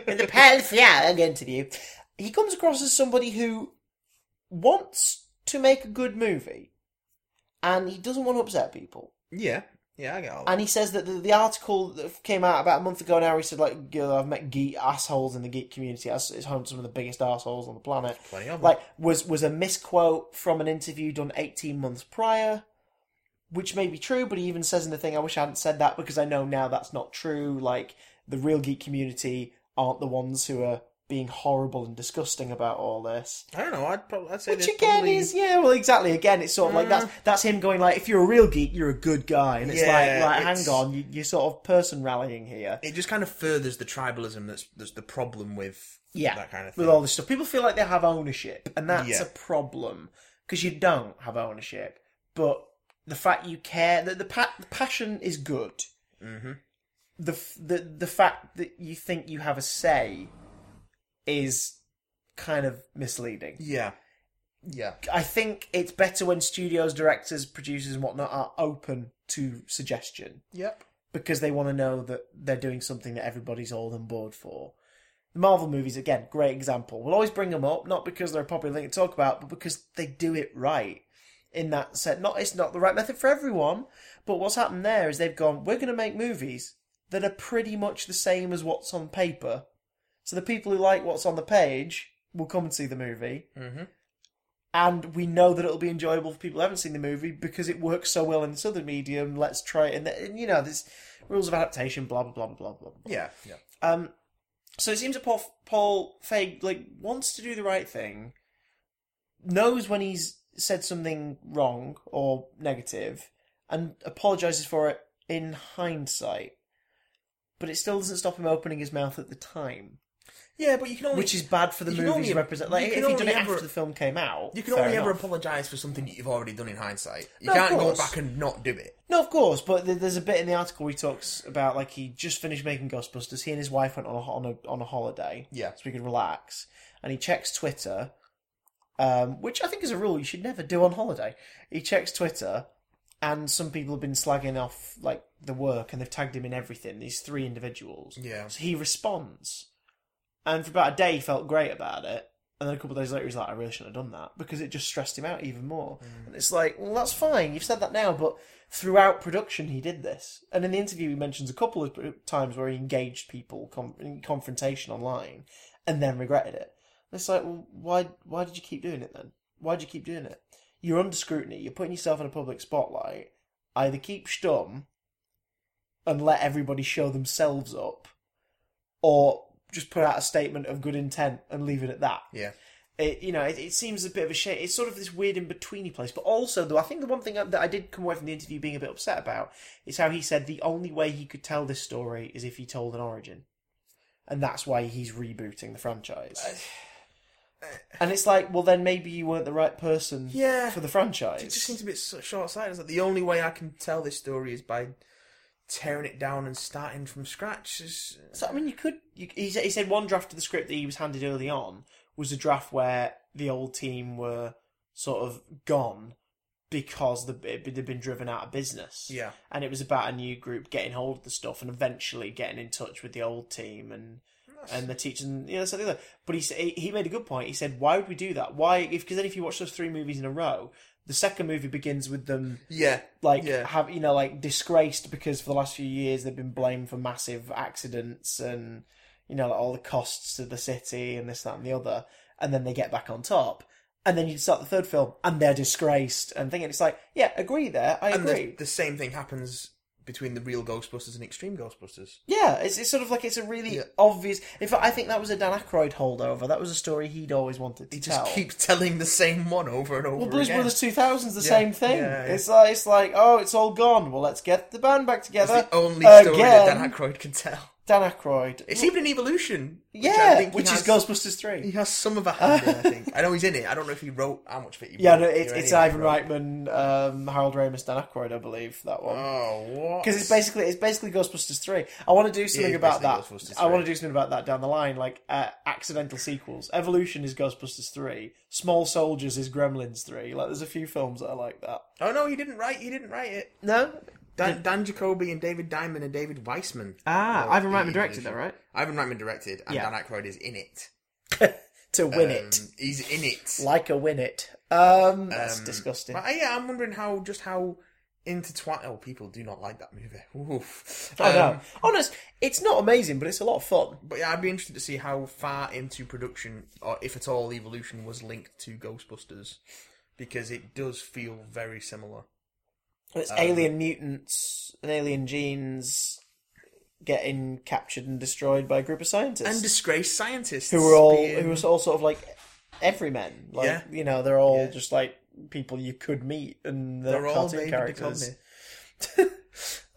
in the Paul Feig interview, he comes across as somebody who wants to make a good movie, and he doesn't want to upset people.
Yeah, yeah, I get all that.
And he says that the, the article that came out about a month ago now, he said, like, "Girl, I've met geek assholes in the geek community. That's- It's home to some of the biggest assholes on the planet
Plenty of
like was was a misquote from an interview done 18 months prior which may be true but he even says in the thing i wish i hadn't said that because i know now that's not true like the real geek community aren't the ones who are being horrible and disgusting about all this
I don't know. I'd probably I'd say
which
there's
again
probably- Mm.
is yeah well exactly again it's sort of like that's that's him going like if you're a real geek you're a good guy and it's
Yeah,
like like
it's-
hang on you, you're sort of person rallying here
it just kind of furthers the tribalism that's that's the problem with
Yeah,
that kind of thing.
with all this stuff. People feel like they have ownership, and that's
Yeah.
a problem because you don't have ownership. But the fact you care, that the, pa- the passion is good.
mm-hmm.
The, f- the the fact that you think you have a say is kind of misleading.
Yeah, yeah,
I think it's better when studios, directors, producers, and whatnot are open to suggestion
yep.
because they want to know that they're doing something that everybody's all on board for. The Marvel movies, again, great example. We'll always bring them up, not because they're a popular thing to talk about, but because they do it right. In that set, not it's not the right method for everyone, but what's happened there is they've gone. We're going to make movies that are pretty much the same as what's on paper, so the people who like what's on the page will come and see the movie,
Mhm.
and we know that it'll be enjoyable for people who haven't seen the movie because it works so well in this other medium. Let's try it, and, th- and you know, there's rules of adaptation, blah blah blah blah blah. blah.
Yeah, yeah.
Um, So it seems that Paul, Paul Feig like wants to do the right thing, knows when he's said something wrong or negative, and apologizes for it in hindsight. But it still doesn't stop him opening his mouth at the time,
Yeah, but you can only
which is bad for the
You can
movie
only-
he's represent. Like
you can
if he'd done
only
it
ever-
after the film came out,
you can
fair
only ever
enough.
apologise for something that you've already done in hindsight. You
No, of
can't go
course.
back and not do it.
No, of course, but th- there's a bit in the article where he talks about like he just finished making Ghostbusters. He and his wife went on a, on a, on a holiday,
Yeah.
so we could relax. And he checks Twitter, um, which I think is a rule you should never do on holiday. He checks Twitter, and some people have been slagging off like the work, and they've tagged him in everything. These three individuals.
Yeah.
So he responds, and for about a day he felt great about it, and then a couple of days later he's like, I really shouldn't have done that because it just stressed him out even more. And it's like, well, that's fine. You've said that now, but throughout production he did this, and in the interview he mentions a couple of times where he engaged people com- in confrontation online, and then regretted it. And it's like, well, why? Why did you keep doing it then? Why did you keep doing it? You're under scrutiny. You're putting yourself in a public spotlight. Either keep stum and let everybody show themselves up, or just put out a statement of good intent and leave it at that.
Yeah.
It, you know, it, it seems a bit of a shame. It's sort of this weird in betweeny place. But also, though, I think the one thing that I did come away from the interview being a bit upset about is how he said the only way he could tell this story is if he told an origin, and that's why he's rebooting the franchise.
Uh,
And it's like, well, then maybe you weren't the right person
Yeah.
for the franchise.
It just seems a bit short sighted. Like the only way I can tell this story is by tearing it down and starting from scratch. It's-
So I mean, you could. You, he, said, he said one draft of the script that he was handed early on was a draft where the old team were sort of gone because the, they'd been driven out of business.
yeah.
And it was about a new group getting hold of the stuff and eventually getting in touch with the old team and and the teaching. You know, something like that. But he sa- he he made a good point. He said, "Why would we do that? Why? If because then if you watch those three movies in a row, the second movie begins with them."
Yeah.
like
Yeah.
have you know like disgraced because for the last few years they've been blamed for massive accidents and you know like all the costs to the city and this that and the other and then they get back on top and then you start the third film and they're disgraced and thinking it's like yeah agree there i
And
agree
the, the same thing happens between the real Ghostbusters and Extreme Ghostbusters.
yeah it's, it's sort of like it's a really
Yeah.
obvious in fact i think that was a dan Aykroyd holdover that was a story he'd always wanted to
He just
tell
keeps telling the same one over and over
Well, Blues
again.
Brothers 2000's the
Yeah,
same thing.
yeah, yeah.
It's like it's like oh, it's all gone. Well, let's get the band back
It's
together.
the only
again.
story that Dan Aykroyd can tell.
Dan Aykroyd.
It's even an evolution. which I
Yeah,
think
which,
he
is
has-
Ghostbusters
He
three.
has some of a hand in, I
(laughs)
think. I know he's in it. I don't know if he wrote how much of it he
Yeah,
wrote.
no,
You
it's,
know,
it's
he
Ivan
wrote-
Reitman, um, Harold Ramis, Dan Aykroyd, I believe that one.
Oh, what?
Because it's basically it's basically Ghostbusters three. I want to do something
is
about that.
basically Ghostbusters
I
3.
want to do something about that down the line, like uh, accidental sequels. Evolution is Ghostbusters three. Small Soldiers is Gremlins three. Like there's a few films that are like that.
Oh no, he didn't write. He didn't write it.
No.
Dan, Dan Jacoby and David Diamond and David Weissman.
Ah,
wrote
Ivan
the
Reitman directed
evolution.
that, right?
Ivan Reitman directed, and
Yeah.
Dan Aykroyd is in it.
To win
Um,
it,
He's in it.
like a win it. Um, that's
Um,
disgusting.
But, yeah, I'm wondering how just how intertwined. Oh, people do not like that movie. (laughs) Oof.
I know.
Um,
Honest, it's not amazing, but it's a lot of fun.
But yeah, I'd be interested to see how far into production, or if at all, Evolution was linked to Ghostbusters, because it does feel very similar.
It's
Um,
alien mutants and alien genes getting captured and destroyed by a group of
And
scientists
disgraced scientists
who were all
being-
who were all sort of like everymen. Like
Yeah.
you know, they're all
Yeah.
just like people you could meet, and they're,
they're
not
all
cartoon
David
characters.
Duchovny.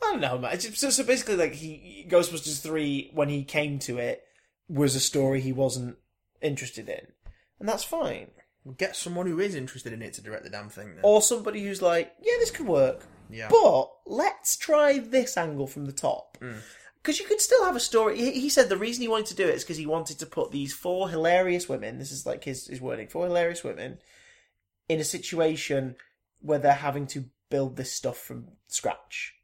I don't know, man. It's just- So, so basically, like he Ghostbusters three, when he came to it, was a story he wasn't interested in, and that's fine.
Get someone who is interested in it to direct the damn thing. Then.
Or somebody who's like, yeah, this could work.
yeah.
But let's try this angle from the top. Because you could still have a story. He, he said the reason he wanted to do it is because he wanted to put these four hilarious women, this is like his, his wording, four hilarious women, in a situation where they're having to build this stuff from scratch.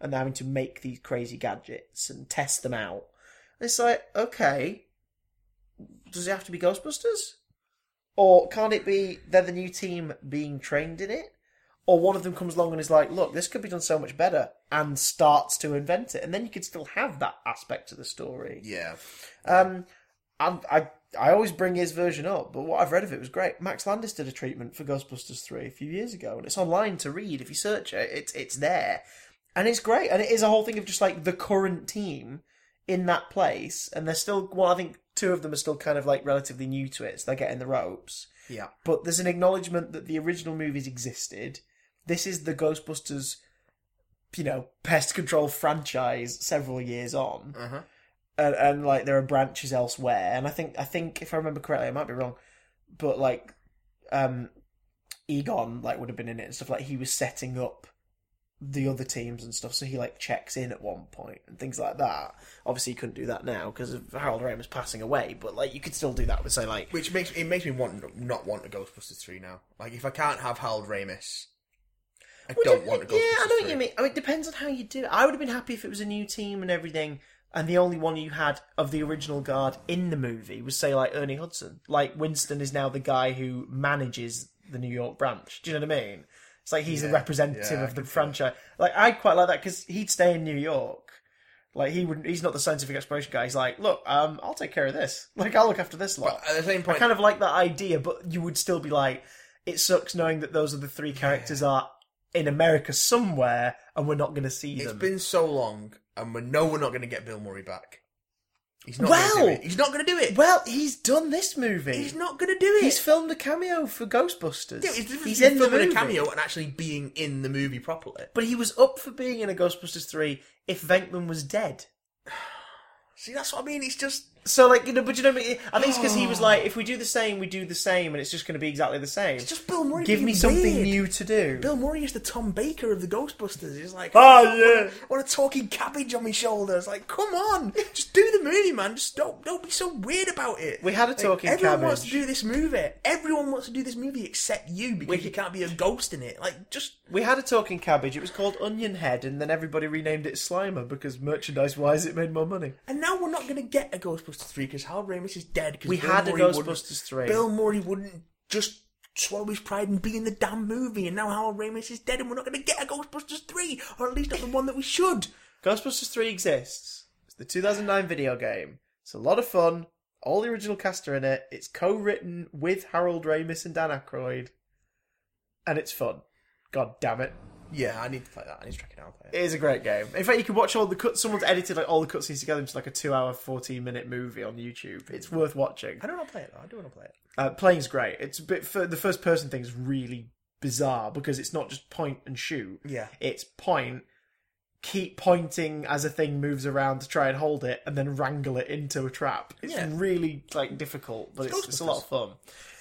And they're having to make these crazy gadgets and test them out. And it's like, okay, does it have to be Ghostbusters? Or can't it be they're the new team being trained in it? or one of them comes along and is like, "Look, this could be done so much better," and starts to invent it, and then you could still have that aspect to the story.
yeah.
Um, and I I always bring his version up, but what I've read of it was great. Max Landis did a treatment for Ghostbusters three a few years ago, and it's online to read if you search it. It's it's there, and it's great, and it is a whole thing of just like the current team in that place, and they're still. Well, I think two of them are still kind of like relatively new to it, so they're getting the ropes.
Yeah.
But there's an acknowledgement that the original movies existed. This is the Ghostbusters, you know, pest control franchise several years on,
Uh huh.
and, and like there are branches elsewhere. And I think I think if I remember correctly, I might be wrong, but like, um, Egon like would have been in it and stuff. Like he was setting up the other teams and stuff, so he like checks in at one point and things like that. Obviously, he couldn't do that now because of Harold Ramis passing away, but like you could still do that with say like
Which makes it makes me want not want a Ghostbusters three now. Like if I can't have Harold Ramis, I
Well,
don't
don't-
want a Ghostbusters
Yeah, I know what
three.
you mean. I mean, it depends on how you do it. I would have been happy if it was a new team and everything, and the only one you had of the original guard in the movie was, say, like Ernie Hudson. Like, Winston is now the guy who manages the New York branch. Do you know what I mean? It's like he's the
Yeah,
representative
yeah, I
of the
can feel it.
franchise. Like, I quite like that because he'd stay in New York. Like he wouldn't. He's not the scientific exploration guy. He's like, look, um, I'll take care of this. Like I'll look after this lot.
At the same point,
I kind of like that idea, but you would still be like, it sucks knowing that those are the three characters are in America somewhere, and we're not going to see
it's
them.
been so long, and we know we're not going to get Bill Murray back. He's not
Well-
going to do it. He's not going to do it.
Well, he's done this movie.
he's not going to do it.
He's filmed a cameo for Ghostbusters.
Yeah, it's different
he's
between
in the
filming
movie.
a cameo and actually being in the movie properly.
But he was up for being in a Ghostbusters three if Venkman was dead.
See, that's what I mean. It's just
So like you know, but you know, what I mean? I think it's because
(gasps)
he was like, if we do the same, we do the same, and it's just going to be exactly the same.
it's just Bill Murray.
Give me
being
something
weird.
new to do.
Bill Murray is the Tom Baker of the Ghostbusters. He's like,
Oh, yeah.
what a talking cabbage on my shoulders. Like, come on, just do the movie, man. Just don't don't be so weird about it.
We had a
Like,
talking
everyone wants to
cabbage.
do this movie. Everyone wants to do this movie except you because
We-
you can't be a ghost in it. Like, just
We had a talking cabbage. It was called Onion Head, and then everybody renamed it Slimer because merchandise-wise, it made more money.
and now we're not gonna get a Ghostbusters three because Hal Ramis is dead. Because
We had a Ghostbusters three.
Bill Murray wouldn't just swallow his pride and be in the damn movie, and now Hal Ramis is dead, and we're not going to get a Ghostbusters 3, or at least not the one that we should.
Ghostbusters three exists. It's the 2009 video game. It's a lot of fun. All the original cast are in it. It's co-written with Harold Ramis and Dan Aykroyd, and it's fun. God damn it!
Yeah, I need to play that. I need to track it out.
It is a great game. In fact, you can watch all the cut. Someone's edited like all the cutscenes together into like a two-hour, fourteen-minute movie on YouTube. It's worth watching.
I don't want to play it, though. I do want to play it.
Uh, playing's great. It's a bit for, the first person thing's really bizarre because it's not just point and shoot.
Yeah.
It's point, keep pointing as a thing moves around to try and hold it, and then wrangle it into a trap. It's
Yeah.
really like difficult, but it's, it's a lot of fun.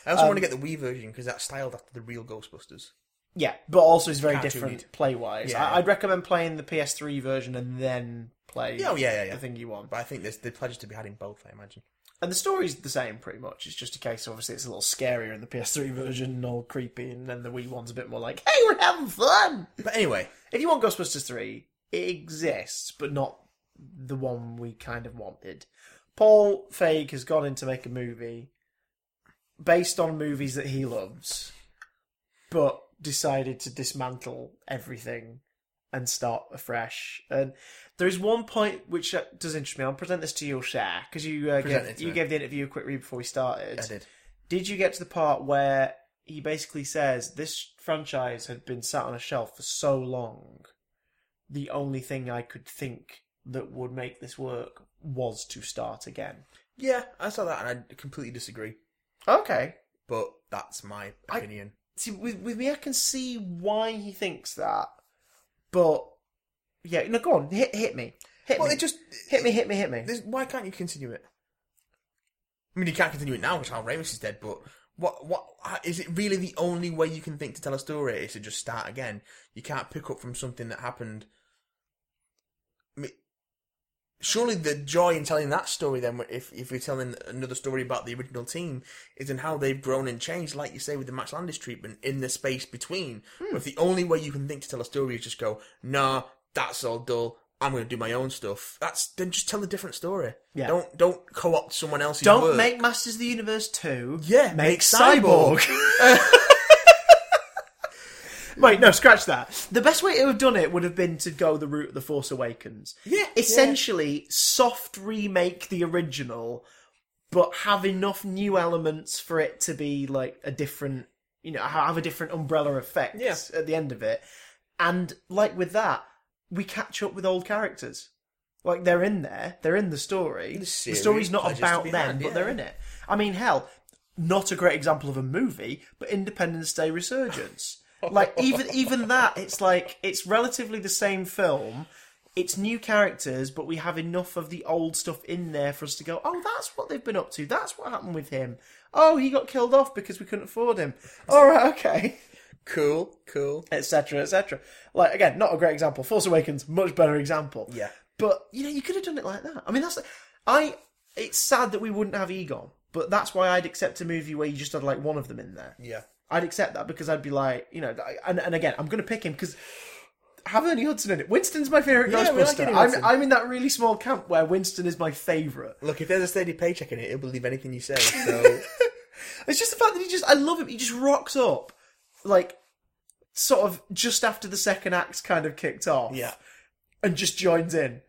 I also want to get the Wii version because that's styled after the real Ghostbusters.
Yeah, but also it's very
Cartoony.
different play wise.
Yeah.
I- I'd recommend playing the PS3 version and then play.
Yeah, oh, yeah, yeah, yeah.
The thing you want,
But I think there's the pleasure to be had in both, I imagine.
and the story's the same pretty much. It's just a case, obviously, it's a little scarier in the PS3 (laughs) version, and all creepy, and then the Wii one's a bit more like, "Hey, we're having fun."
But anyway,
If you want Ghostbusters 3, it exists, but not the one we kind of wanted. Paul Feig has gone in to make a movie based on movies that he loves, but decided to dismantle everything and start afresh. And there is one point which uh, does interest me. I'll present this to you, Share, because you uh,
Present it
gave,
to
you
me.
gave the interview a quick read before we started
I did.
did you get to the part where he basically says this franchise had been sat on a shelf for so long the only thing i could think that would make this work was to start again
Yeah, I saw that and I completely disagree.
okay
But that's my
I-
opinion.
see with, with me i can see why he thinks that but yeah no go on hit, hit me hit
well,
me
it just.
hit me hit me hit me
There's, why can't you continue it? I mean, you can't continue it now because Hal Ramis is dead. But what what how- is it really the only way you can think to tell a story is to just start again? You can't pick up from something that happened. I mean, surely the joy in telling that story, then, if if we're telling another story about the original team, is in how they've grown and changed, like you say with the Max Landis treatment in the space between.
Hmm.
But if the only way you can think to tell a story is just go, nah, that's all dull. I'm going to do my own stuff. That's then just tell a different story.
Yeah.
Don't don't co-opt someone else's
don't
work.
make masters of the universe 2
Yeah,
make,
make
cyborg.
Cyborg.
(laughs)
(laughs)
Right, no, scratch that. The best way to have done it would have been to go the route of the Force Awakens.
Yeah,
Essentially, soft remake the original, but have enough new elements for it to be like a different, you know, have a different umbrella effect
Yeah.
at the end of it. And like with that, we catch up with old characters. Like they're in there, they're in the story.
The
The,
series
story's not
pledges to
about
be
them,
had,
but they're
yeah.
in it. I mean, hell, not a great example of a movie, but Independence
(laughs)
Day Resurgence. like even even that, it's like it's relatively the same film. It's new characters, but we have enough of the old stuff in there for us to go. Oh, that's what they've been up to. That's what happened with him. Oh, he got killed off because we couldn't afford him. All right, okay
Cool, cool.
etc., etc. Like again, not a great example. Force Awakens, much better example.
Yeah.
But you know, you could have done it like that. I mean, that's I. It's sad that we wouldn't have Egon, but that's why I'd accept a movie where you just had like one of them in there.
Yeah.
I'd accept that because I'd be like, you know, I- and, and again, I'm going to pick him because have Ernie Hudson in it. Winston's my favorite
Yeah, we like
Ghostbuster.
Ernie Hudson.
I'm, I'm in that really small camp where Winston is my favorite.
Look, if there's a steady paycheck in it, it'll believe anything you say.
(laughs)
So
It's just the fact that he just, I love him. He just rocks up, like, sort of just after the second act's kind of kicked off.
yeah,
and just joins in.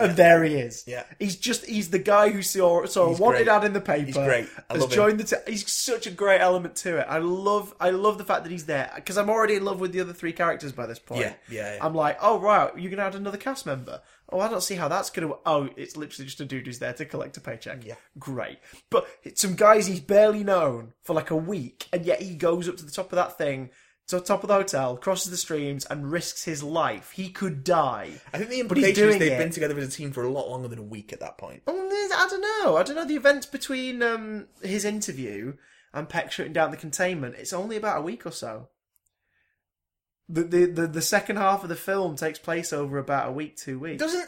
And there he is.
Yeah.
he's just—he's the guy who saw saw a wanted
great.
ad in the paper.
great. I
has
love him.
joined the. T- he's such a great element to it. I love, I love the fact that he's there because I'm already in love with the other three characters by this point.
Yeah, yeah, yeah.
I'm like, oh right, you're gonna add another cast member. Oh, I don't see how that's gonna. Oh, it's literally just a dude who's there to collect a paycheck.
Yeah.
great. But it's some guys he's barely known for like a week, and yet he goes up to the top of that thing. To the top of the hotel, crosses the streams, and risks his life. He could die.
I think the
But he's
implication is
doing
they've
it.
been together as a team for a lot longer than a week at that point.
Um, there's- I don't know. I don't know the events between um, his interview and Peck shutting down the containment. It's only about a week or so. The the, the, the second half of the film takes place over about a week, two weeks.
Doesn't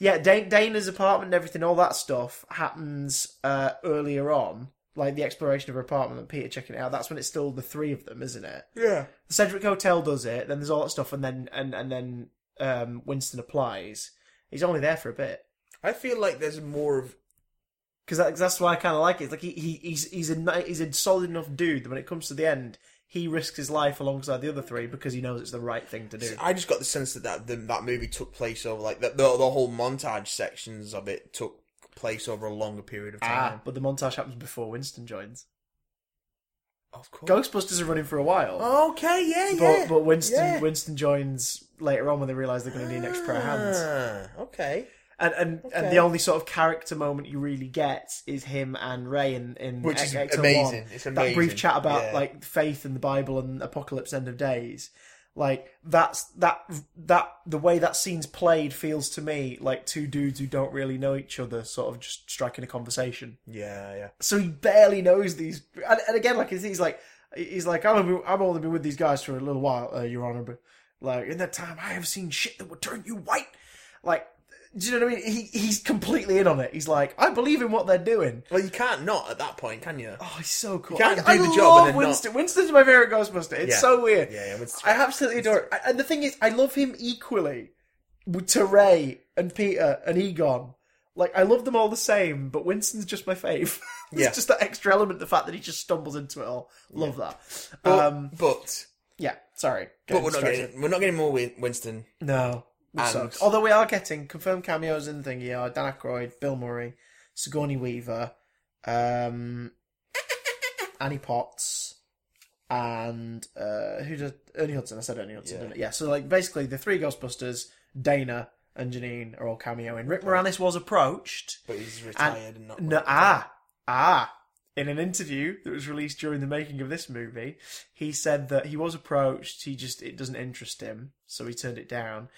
yeah, Dan- Dana's apartment and everything, all that stuff happens uh, earlier on, like the exploration of her apartment and Peter checking it out. That's when it's still the three of them, isn't it?
yeah.
the Cedric Hotel does it. Then there's all that stuff, and then and and then um, Winston applies. He's only there for a bit.
I feel like there's more of
because that, 'cause that's why I kind of like it. It's like he, he he's he's a ni- he's a solid enough dude that when it comes to the end, he risks his life alongside the other three because he knows it's the right thing to do.
I just got the sense that that, the, that movie took place over like the, the the whole montage sections of it took place over a longer period of time.
Ah, but the montage happens before Winston joins.
of course.
Ghostbusters are running for a while,
Okay, yeah, Oh, yeah.
but but Winston
yeah.
Winston joins later on when they realise they're going to need an extra pair of hands.
Ah, Okay.
And and, and
Okay.
the only sort of character moment you really get is him and Ray in in
Which is
Ecto
amazing.
One.
It's
That brief
amazing.
chat about
Yeah.
like faith and the Bible and apocalypse end of days. Like that's that that the way that scene's played feels to me like two dudes who don't really know each other sort of just striking a conversation.
Yeah, yeah.
So he barely knows these, and, and again, like he's- he's like he's like I've only, I've only been with these guys for a little while, uh, Your Honor, but like in that time I have seen shit that would turn you white. Like, do you know what I mean? He he's completely in on it. He's like I believe in what they're doing.
Well, you can't not at that point, can you?
Oh, he's so cool.
can't
I,
do
I
the
love
job and then not-
Winston. Winston's my favorite Ghostbuster. It's
Yeah.
so weird.
Yeah, yeah, Winston's
I absolutely adore it. And the thing is, I love him equally with- to Ray and Peter and Egon. Like, I love them all the same, but Winston's just my fave. (laughs) It's
Yeah.
just that extra element, the fact that he just stumbles into it all. Love that.
But,
um,
but,
yeah, sorry.
but we're not
Getting
getting we're not getting more Win- Winston.
distracted. No. we
And-
sucked. Although we are getting confirmed cameos in the thingy are Dan Aykroyd, Bill Murray, Sigourney Weaver,
(laughs)
um, Annie Potts, and uh, who did Ernie Hudson? I said Ernie Hudson,
Yeah.
didn't I? Yeah. So like basically the three Ghostbusters, Dana and Janine are all cameoing. Rick Moranis was approached.
But he's retired and, not.
No, ah, ah. In an interview that was released during the making of this movie, he said that he was approached. He just it doesn't interest him, so he turned it down.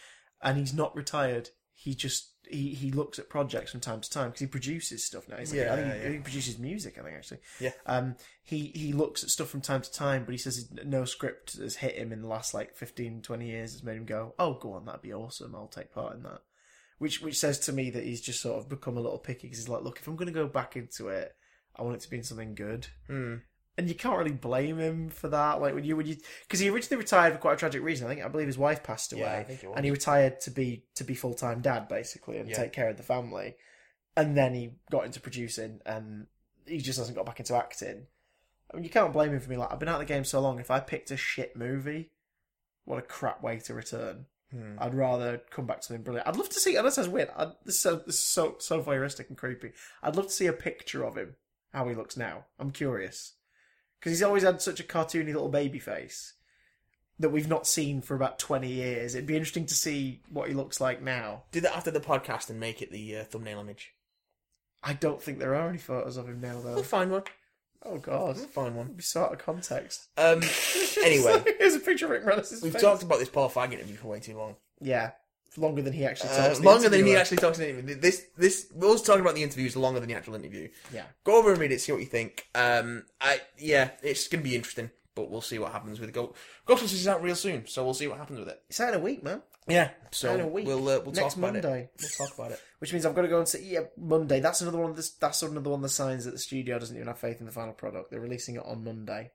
And he's not retired. He just he, he looks at projects from time to time because he produces stuff now. He's like,
Yeah,
I think
yeah.
he, he produces music. I think actually.
Yeah.
Um. He he looks at stuff from time to time, but he says no script has hit him in the last like 15, 20 years. Has made him go, oh, go on, that'd be awesome. I'll take part in that which which says to me that he's just sort of become a little picky because he's like, look, if I'm going to go back into it, I want it to be in something good.
Hmm.
And you can't really blame him for that. Like when you when you because he originally retired for quite a tragic reason. I think I believe his wife passed away,
Yeah, I think it was.
and he retired to be to be full time dad basically and
Yeah.
take care of the family. And then he got into producing, and he just hasn't got back into acting. I mean, you can't blame him for me. Like I've been out of the game so long. If I picked a shit movie, what a crap way to return.
Hmm.
I'd rather come back to something brilliant. I'd love to see. I know it sounds weird. I, this, is so, this is so so voyeuristic and creepy. I'd love to see a picture of him, how he looks now. I'm curious because he's always had such a cartoony little baby face. that we've not seen for about 20 years. It'd be interesting to see what he looks like now.
Do that after the podcast and make it the uh, thumbnail image.
I don't think there are any photos of him now,
We'll (laughs)
though.
find one.
Oh, God.
We'll find one.
It'd be so out of context.
Um, (laughs) anyway,
(laughs) Here's a picture of Rick Moranis'
we've
face.
talked about this Paul Faggot interview for way too long.
Yeah. Longer than he actually
Uh,
talks. to the
longer than he
interviewer.
actually talks in the interview. This, this, we're talking about the interview is longer than the actual interview.
Yeah.
Go over and read it, see what you think. Um, I, yeah, it's going to be interesting, but we'll see what happens with it. Go- Ghostbusters is out real soon, so we'll see what happens with it.
It's out in a week, man.
Yeah, so
In a week.
we'll uh, we'll
Next
talk about
Monday.
it. We'll talk about it.
(laughs) Which means I've got to go and see. Yeah, Monday. That's another one. Of the, that's another one of the signs that the studio doesn't even have faith in the final product. They're releasing it on Monday,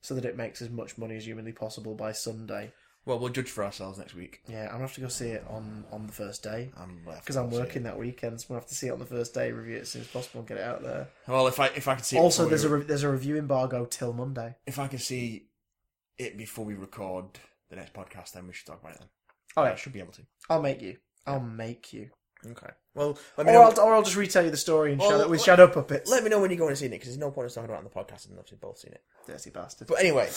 so that it makes as much money as humanly possible by Sunday.
Well, we'll judge for ourselves next week.
Yeah, I'm gonna have to go see it on on the first day
I'm
because I'm working that weekend, so I'm gonna have to see it on the first day, review it as soon as possible, and get it out there.
Well, if I if I can see
also,
it
there's a
before we-
re- there's a review embargo till Monday.
if I can see it before we record the next podcast, then we should talk about it then.
All
I
right,
should be able to.
Oh, I'll make you. I'll make you.
Okay. Well, let me
Or
know.
I'll, or I'll just retell you the story and
Well,
shadow, with
let-
shadow puppets.
Let me know when you're going to see it because there's no point in talking about it on the podcast unless we've both seen it.
Dirty bastard.
But
(laughs)
anyway.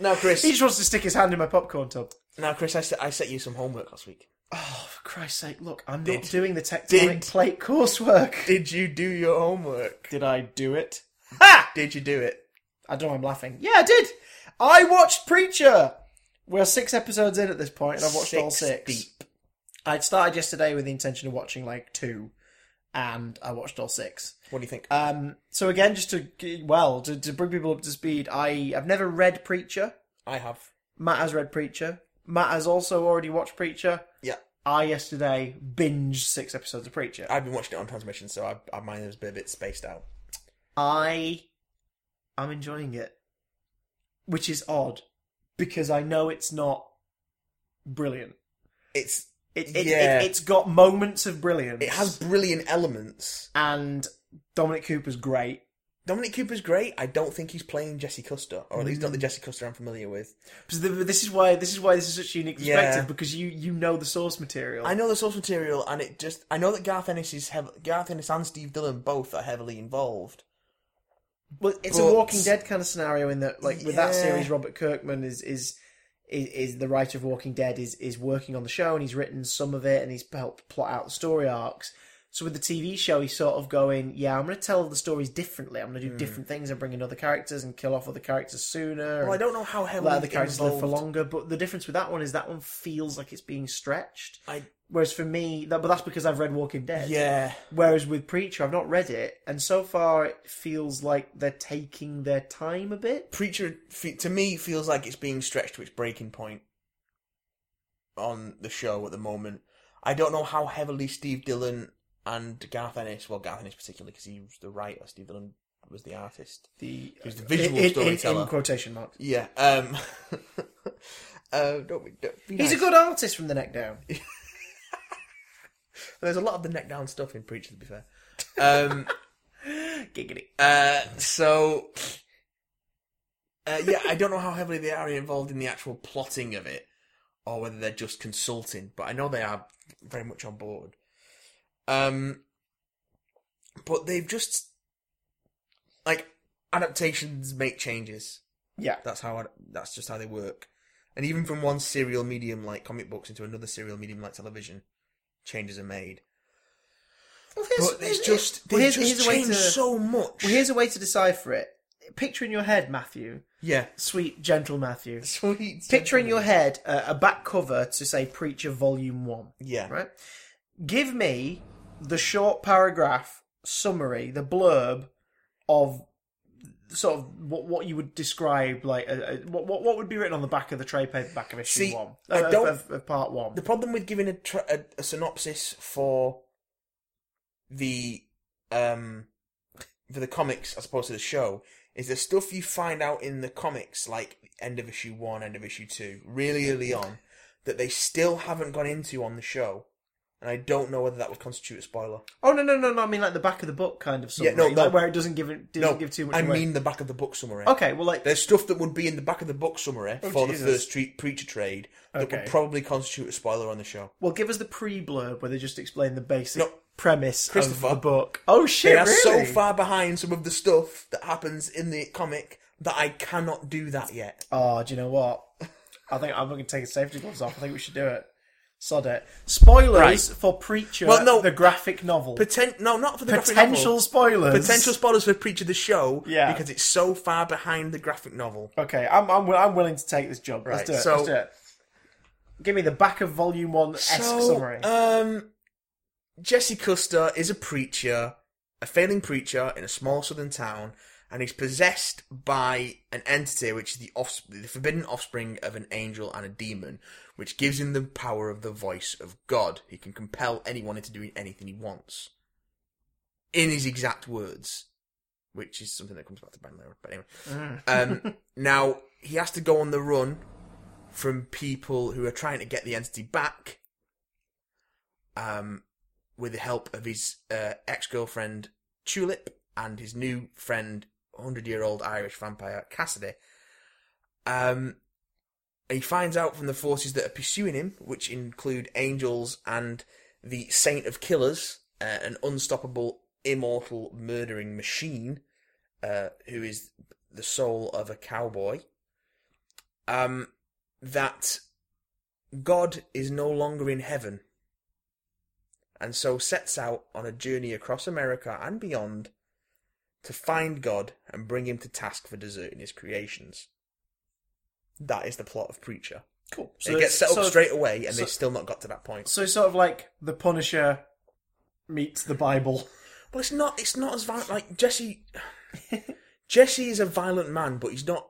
now, Chris.
he just wants to stick his hand in my popcorn tub.
Now, Chris, I set, I set you some homework last week.
Oh, for Christ's sake, look, I'm
Did-
not doing the tectonic
did-
plate coursework.
Did you do your homework?
Did I do it?
Ha! Did you do it?
I don't know, I'm laughing. Yeah, I did! I watched Preacher! We're six episodes in at this point, and I've watched all six.
deep.
I'd started yesterday with the intention of watching like two, and I watched all six.
What do you think?
Um, so again, just to, g- well, to, to bring people up to speed, I, I've never read Preacher.
I have.
Matt has read Preacher. Matt has also already watched Preacher.
Yeah.
I yesterday binged six episodes of Preacher.
I've been watching it on transmission, so I, I, mine is a bit spaced out.
I I'm enjoying it. Which is odd because I know it's not brilliant.
It's
It, it,
Yeah.
it it's got moments of brilliance.
It has brilliant elements.
and Dominic Cooper's great.
Dominic Cooper's great. I don't think he's playing Jesse Custer, or at least
Mm.
not the Jesse Custer I'm familiar with.
So th- This is why this is why this is such a unique perspective
Yeah.
because you you know the source material.
I know the source material, and it just I know that Garth Ennis is hev- Garth Ennis and Steve Dillon both are heavily involved.
Well, it's
But-
a Walking Dead kind of scenario in that, like with that
Yeah.
series, Robert Kirkman is is is, is the writer of Walking Dead is is working on the show and he's written some of it and he's helped plot out the story arcs. So with the TV show, he's sort of going, yeah, I'm going to tell the stories differently. I'm going
Hmm.
to do different things and bring in other characters and kill off other characters sooner.
Well, I
and
don't know how heavily
let other characters live
involved.
for longer. But the difference with that one is that one feels like it's being stretched.
I
Whereas for me, that, but that's because I've read Walking Dead.
yeah,
Whereas with Preacher, I've not read it, and so far it feels like they're taking their time a bit.
Preacher fe- to me feels like it's being stretched to its breaking point on the show at the moment. I don't know how heavily Steve Dillon and Garth Ennis, well, Garth Ennis particularly because he was the writer, Steve Dillon was the artist.
The,
Who's the visual
in, in-
storyteller.
In, quotation marks.
Yeah. Um, (laughs) uh, don't be, don't be
He's a
nice.
good artist from the neck
(laughs)
down.
There's a lot of the neck down stuff in Preacher, to be fair. Um,
Giggity.
uh, so, uh, yeah, I don't know how heavily they are involved in the actual plotting of it, or whether they're just consulting. But I know they are very much on board. Um, but they've just like adaptations make changes.
Yeah.
That's how I, that's just how they work. And even from one serial medium like comic books into another serial medium like television, changes are made.
Well,
But it's just they
well, here's,
just
here's a way
change
to.
so much.
well, here's a way to decipher it. Picture in your head, Matthew,
yeah,
sweet gentle (laughs) Matthew.
sweet.
Picture in your head uh, a back cover to say Preacher Volume One.
Yeah,
right? Give me the short paragraph summary, the blurb of sort of what what you would describe like a, a, what what what would be written on the back of the trade paperback of issue
See,
one,
I
of-
don't-
of, of part one.
The problem with giving a, tr a, a synopsis for the um for the comics as opposed to the show is the stuff you find out in the comics, like end of issue one, end of issue two, really early on, that they still haven't gone into on the show, and I don't know whether that would constitute a spoiler.
oh no no no no! I mean like the back of the book kind of summary,
no,
like,
no.
where it doesn't give it doesn't give too much.
I
away.
mean the back of the book summary.
okay, well like
There's stuff that would be in the back of the book summary
Oh,
for
Jesus.
the first tre- preacher trade that would
Okay.
probably constitute a spoiler on the show.
well give us the pre blurb where they just explain the basic
No.
premise of
Christopher.
the book. Oh
They
shit!
are so
really?
far behind some of the stuff that happens in the comic that I cannot do that yet.
Oh, do you know what? I think I'm going to take his safety gloves off. I think we should do it. Sod it. Spoilers
Right.
for Preacher,
Well, no.
the graphic novel.
Potent- no, not for the graphic
Potential
novel.
spoilers.
Potential spoilers for Preacher the Show
Yeah.
because it's so far behind the graphic novel.
Okay, I'm, I'm, wi- I'm willing to take this job. Let's
Right,
do it.
so-
Let's do it. Give me the back of Volume 1 esque summary.
um, Jesse Custer is a preacher, a failing preacher in a small southern town, and he's possessed by an entity which is the, offs- the forbidden offspring of an angel and a demon, which gives him the power of the voice of God. He can compel anyone into doing anything he wants. In his exact words, which is something that comes back to Bang later. But anyway,
Mm.
um, now he has to go on the run from people who are trying to get the entity back um, with the help of his uh, ex-girlfriend Tulip and his new friend, hundred-year-old Irish vampire Cassidy. Um, he finds out from the forces that are pursuing him, which include angels and the Saint of Killers, uh, an unstoppable, immortal, murdering machine, uh, who is the soul of a cowboy. Um, that God is no longer in heaven and so sets out on a journey across America and beyond to find God and bring him to task for deserting his creations. That is the plot of Preacher.
cool.
it gets set up
so-
straight away, and
so-
they've still not got to that point.
So, sort of like The Punisher meets the Bible.
Well, it's not. It's not as violent. Like Jesse. Jesse is a violent man, but he's not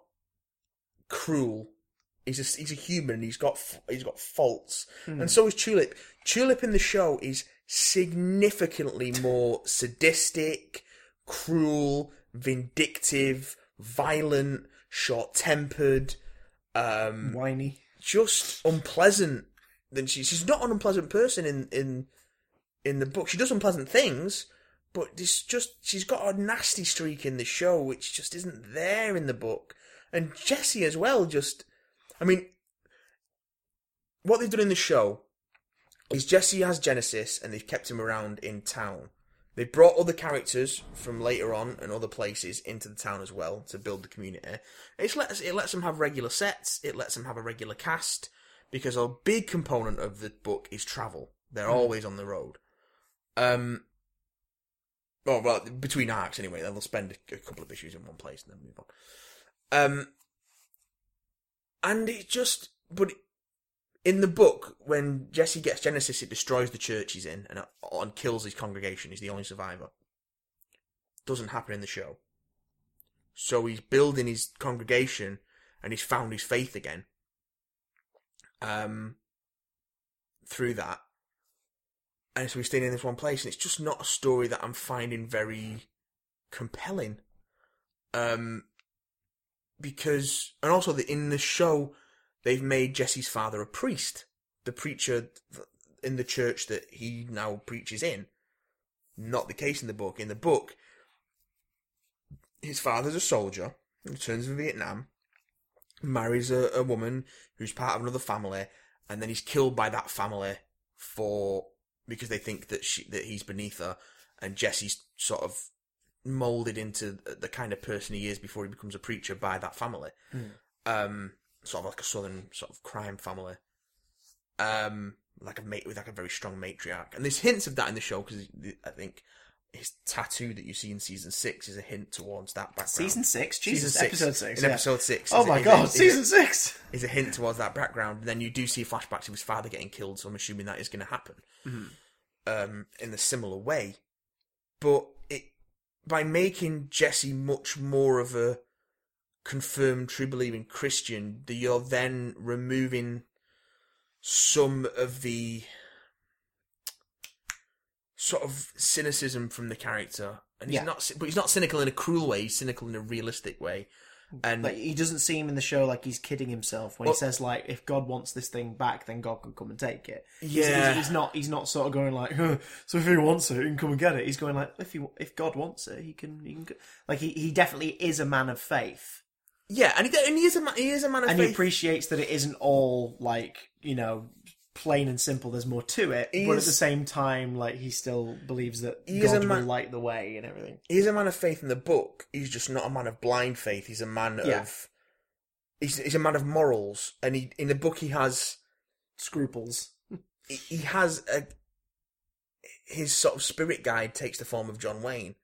cruel. He's a, he's a human. He's got f- he's got faults, and so is Tulip. Tulip in the show is significantly more sadistic, cruel, vindictive, violent, short tempered, um,
Whiny.
just unpleasant than she. She's not an unpleasant person in in in the book. She does unpleasant things, but it's just she's got a nasty streak in the show, which just isn't there in the book. And Jesse as well. Just, I mean, what they've done in the show is Jesse has Genesis, and they've kept him around in town. They brought other characters from later on and other places into the town as well to build the community. It's lets it lets them have regular sets. It lets them have a regular cast because a big component of the book is travel. They're always on the road. Um. Oh well, between arcs anyway. Then they'll spend a couple of issues in one place and then move on. Um. And it just, but in the book, when Jesse gets Genesis, it destroys the church he's in and, uh, and kills his congregation. He's the only survivor. Doesn't happen in the show. So he's building his congregation and he's found his faith again. Um, through that. And so he's staying in this one place and it's just not a story that I'm finding very compelling. Um, because, and also the, in the show, they've made Jesse's father a priest, the preacher th- in the church that he now preaches in. Not the case in the book. In the book, his father's a soldier, returns from Vietnam, marries a, a woman who's part of another family, and then he's killed by that family for because they think that she that he's beneath her, and Jesse's sort of molded into the kind of person he is before he becomes a preacher by that family um, sort of like a southern sort of crime family, um, like a mate with like a very strong matriarch, and there's hints of that in the show because I think his tattoo that you see in season six is a hint towards that background.
Season 6?
Season
Jesus, episode 6.
in
yeah.
episode six.
oh
is a-
my
is a-
god,
is a-
season 6!
is a hint towards that background. Then you do see flashbacks of his father getting killed, so I'm assuming that is going to happen um, in a similar way. But it by making Jesse much more of a confirmed true believing Christian, that you're then removing some of the sort of cynicism from the character. And he's
Yeah.
not, but he's not cynical in a cruel way. He's cynical in a realistic way. And
Like, he doesn't seem in the show like he's kidding himself when
Mm. Well-
he says, like, if God wants this thing back, then God can come and take it. He's-
Yeah.
He's, he's not he's not sort of going like, huh, so if he wants it, he can come and get it. He's going like, if he, if God wants it, he can, he can go. Like, he, he definitely is a man of faith.
yeah, and he, and he is a man, he is a man of
and
faith.
he appreciates that it isn't all like you know plain and simple. There's more to it,
He
but at
is-
the same time, like he still believes that
He is a
God
man-
will light the way and everything.
He's a man of faith in the book. He's just not a man of blind faith. He's a man
Yeah.
of. He's, he's a man of morals, and he in the book he has (laughs)
Scruples.
he- he has a his sort of spirit guide takes the form of John Wayne.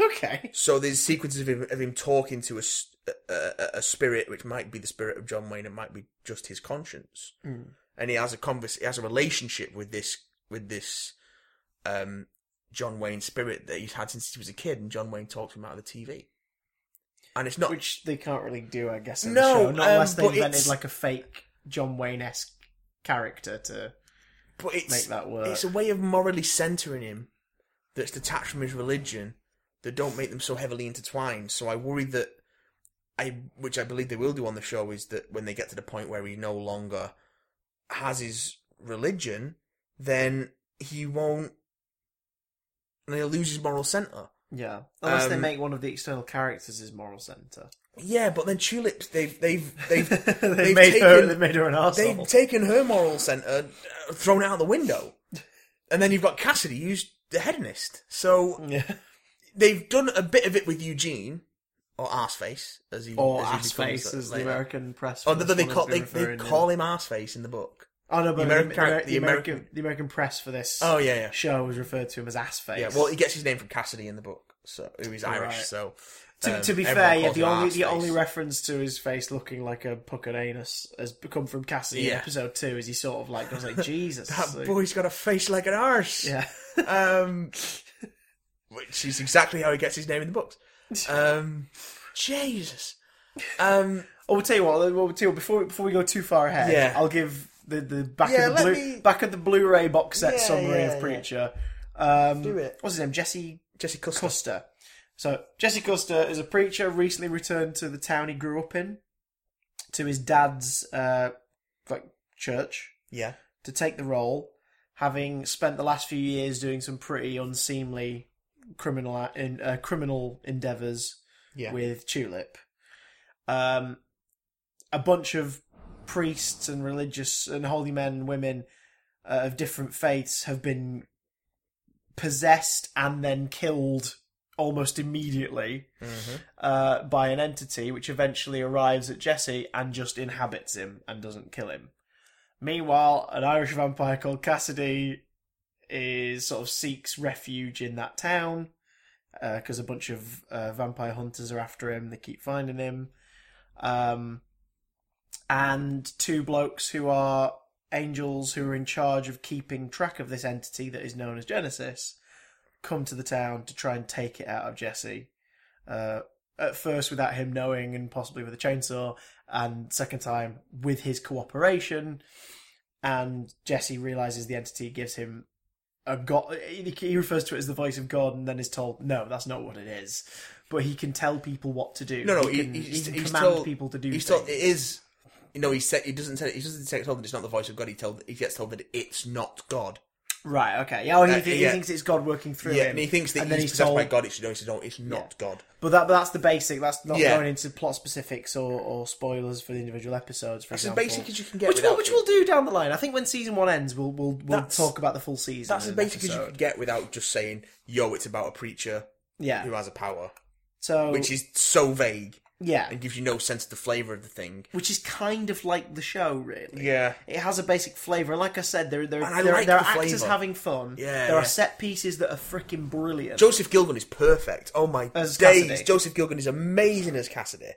Okay.
So there's sequences of him, of him talking to a, s- a- a- a spirit, which might be the spirit of John Wayne, it might be just his conscience,
Mm.
and he has a convers he has a relationship with this with this um, John Wayne spirit that he's had since he was a kid, and John Wayne talks him out of the TV, and it's not
Which they can't really do, I guess. In
No,
the show, not
um,
unless they
but
invented
it's-
like a fake John Wayne esque character to
but
make
it's
that work.
it's a way of morally centering him that's detached from his religion that don't make them so heavily intertwined. So I worry that I, which I believe they will do on the show, is that when they get to the point where he no longer has his religion, then he won't, and he'll lose his moral center.
Yeah, unless they
Um,
make one of the external characters his moral (laughs) center.
Yeah, but then tulips, they've they've
(laughs) They've,
they've they've
made her.
taken-
They made her an
they've
asshole.
taken her moral center, uh, thrown it out the window, and then you've got Cassidy, who's the hedonist. So
(laughs) yeah.
they've done a bit of it with Eugene or Arseface as he
Or
as he
ass
becomes
face, as the
later.
American press.
Oh,
for
no,
this
they
one
call
has
they,
been
they
referring to.
call him Arseface in the book.
Oh no, but the
American
American, the,
character- the
American,
American-
the American press for this
Oh yeah, yeah,
show was referred to him as ass face.
yeah. Well, he gets his name from Cassidy in the book, so who is Irish.
Right.
So
to,
um,
to be
everyone
fair, yeah,
calls
the
him
only the
Arseface.
only reference to his face looking like a puckered anus has come from Cassidy
Yeah.
in episode two, as he sort of like
(laughs)
goes like Jesus,
that
so-
boy's got a face like an arse.
yeah,
Um, (laughs) which is exactly how he gets his name in the
(laughs)
books. Um, Jesus. Um,
Oh, we'll tell you what. We'll tell you what, before we, before we go too far ahead.
Yeah.
I'll give the, the back
Yeah,
of
let
the blue,
me-
back of the Blu-ray box set
Yeah,
summary
yeah, yeah.
of Preacher. Um,
Do it.
What's his name? Jesse
Jesse Custer.
Custer. So Jesse Custer is a preacher recently returned to the town he grew up in, to his dad's uh, like church
Yeah.
to take the role, having spent the last few years doing some pretty unseemly criminal a- in, uh, criminal endeavors
Yeah.
with Tulip. Um, a bunch of priests and religious and holy men and women uh, of different faiths have been possessed and then killed almost immediately uh, by an entity which eventually arrives at Jesse and just inhabits him and doesn't kill him. Meanwhile, an Irish vampire called Cassidy is sort of seeks refuge in that town because a bunch of uh, vampire hunters are after him. They keep finding him, um, and two blokes who are angels who are in charge of keeping track of this entity that is known as Genesis come to the town to try and take it out of Jesse. Uh, at first, without him knowing, and possibly with a chainsaw, and second time with his cooperation. And Jesse realizes the entity gives him a god. He he refers to it as the voice of God, and then is told, "No, that's not what it is." But he can tell people what to do.
No, no,
he
he-
can,
he's-
he can
he's
command
told-
people to do.
He's
things.
told it is. You know, he said he doesn't tell he doesn't say told that it's not the voice of God. He told he gets told that it's not God.
Right. Okay. Yeah. Oh, he,
Uh,
thi-
yeah.
he thinks it's God working through
yeah,
him,
and he thinks that
and then
he's,
he's
possessed by
told-
God. It's no, it's, no, it's not God.
But that, but that's the basic. That's not
Yeah.
going into plot specifics or, or spoilers for the individual episodes. For
It's as
example,
basic as you can get.
which we'll,
without
which
it.
we'll do down the line. I think when season one ends, we'll we'll, we'll
That's-
talk about the full season.
That's
in
as
an
basic as you
episode.
can get without just saying, "Yo, it's about a preacher who
Yeah.
has a power,"
So
which is so vague
yeah,
and gives you no sense of the flavor of the thing.
which is kind of like the show, really.
Yeah,
It has a basic flavour, and like I said, there there,
And I
there,
like
there are
the
actors
flavour.
having fun.
Yeah,
there
yeah.
are set pieces that are freaking brilliant.
Joseph Gilgan is perfect. Oh my
As
days,
Cassidy.
Joseph Gilgan is amazing as Cassidy.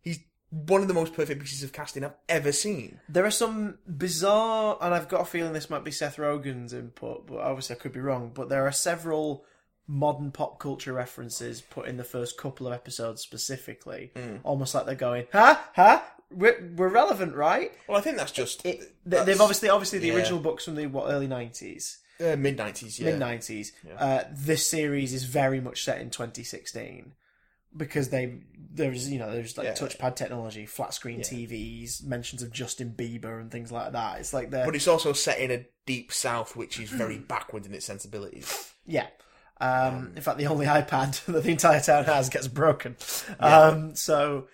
He's one of the most perfect pieces of casting I've ever seen.
There are some bizarre, and I've got a feeling this might be Seth Rogen's input, but obviously I could be wrong. But there are several modern pop culture references put in the first couple of episodes specifically,
Hmm.
almost like they're going, "Huh, huh, we're, we're relevant, right?"
Well, I think that's just
It, they,
that's-
they've obviously, obviously, the
yeah.
original books from the what early nineties,
Uh, mid nineties, yeah.
mid nineties. Uh, this series is very much set in 2016 because they there's you know there's like
Yeah.
touchpad technology, flat screen TVs, mentions of Justin Bieber and things like that. It's like they're
But it's also set in a deep south, which is
(clears throat)
very backward in its sensibilities.
Yeah. Um, in fact, the only iPad (laughs) that the entire town has gets broken. Um, so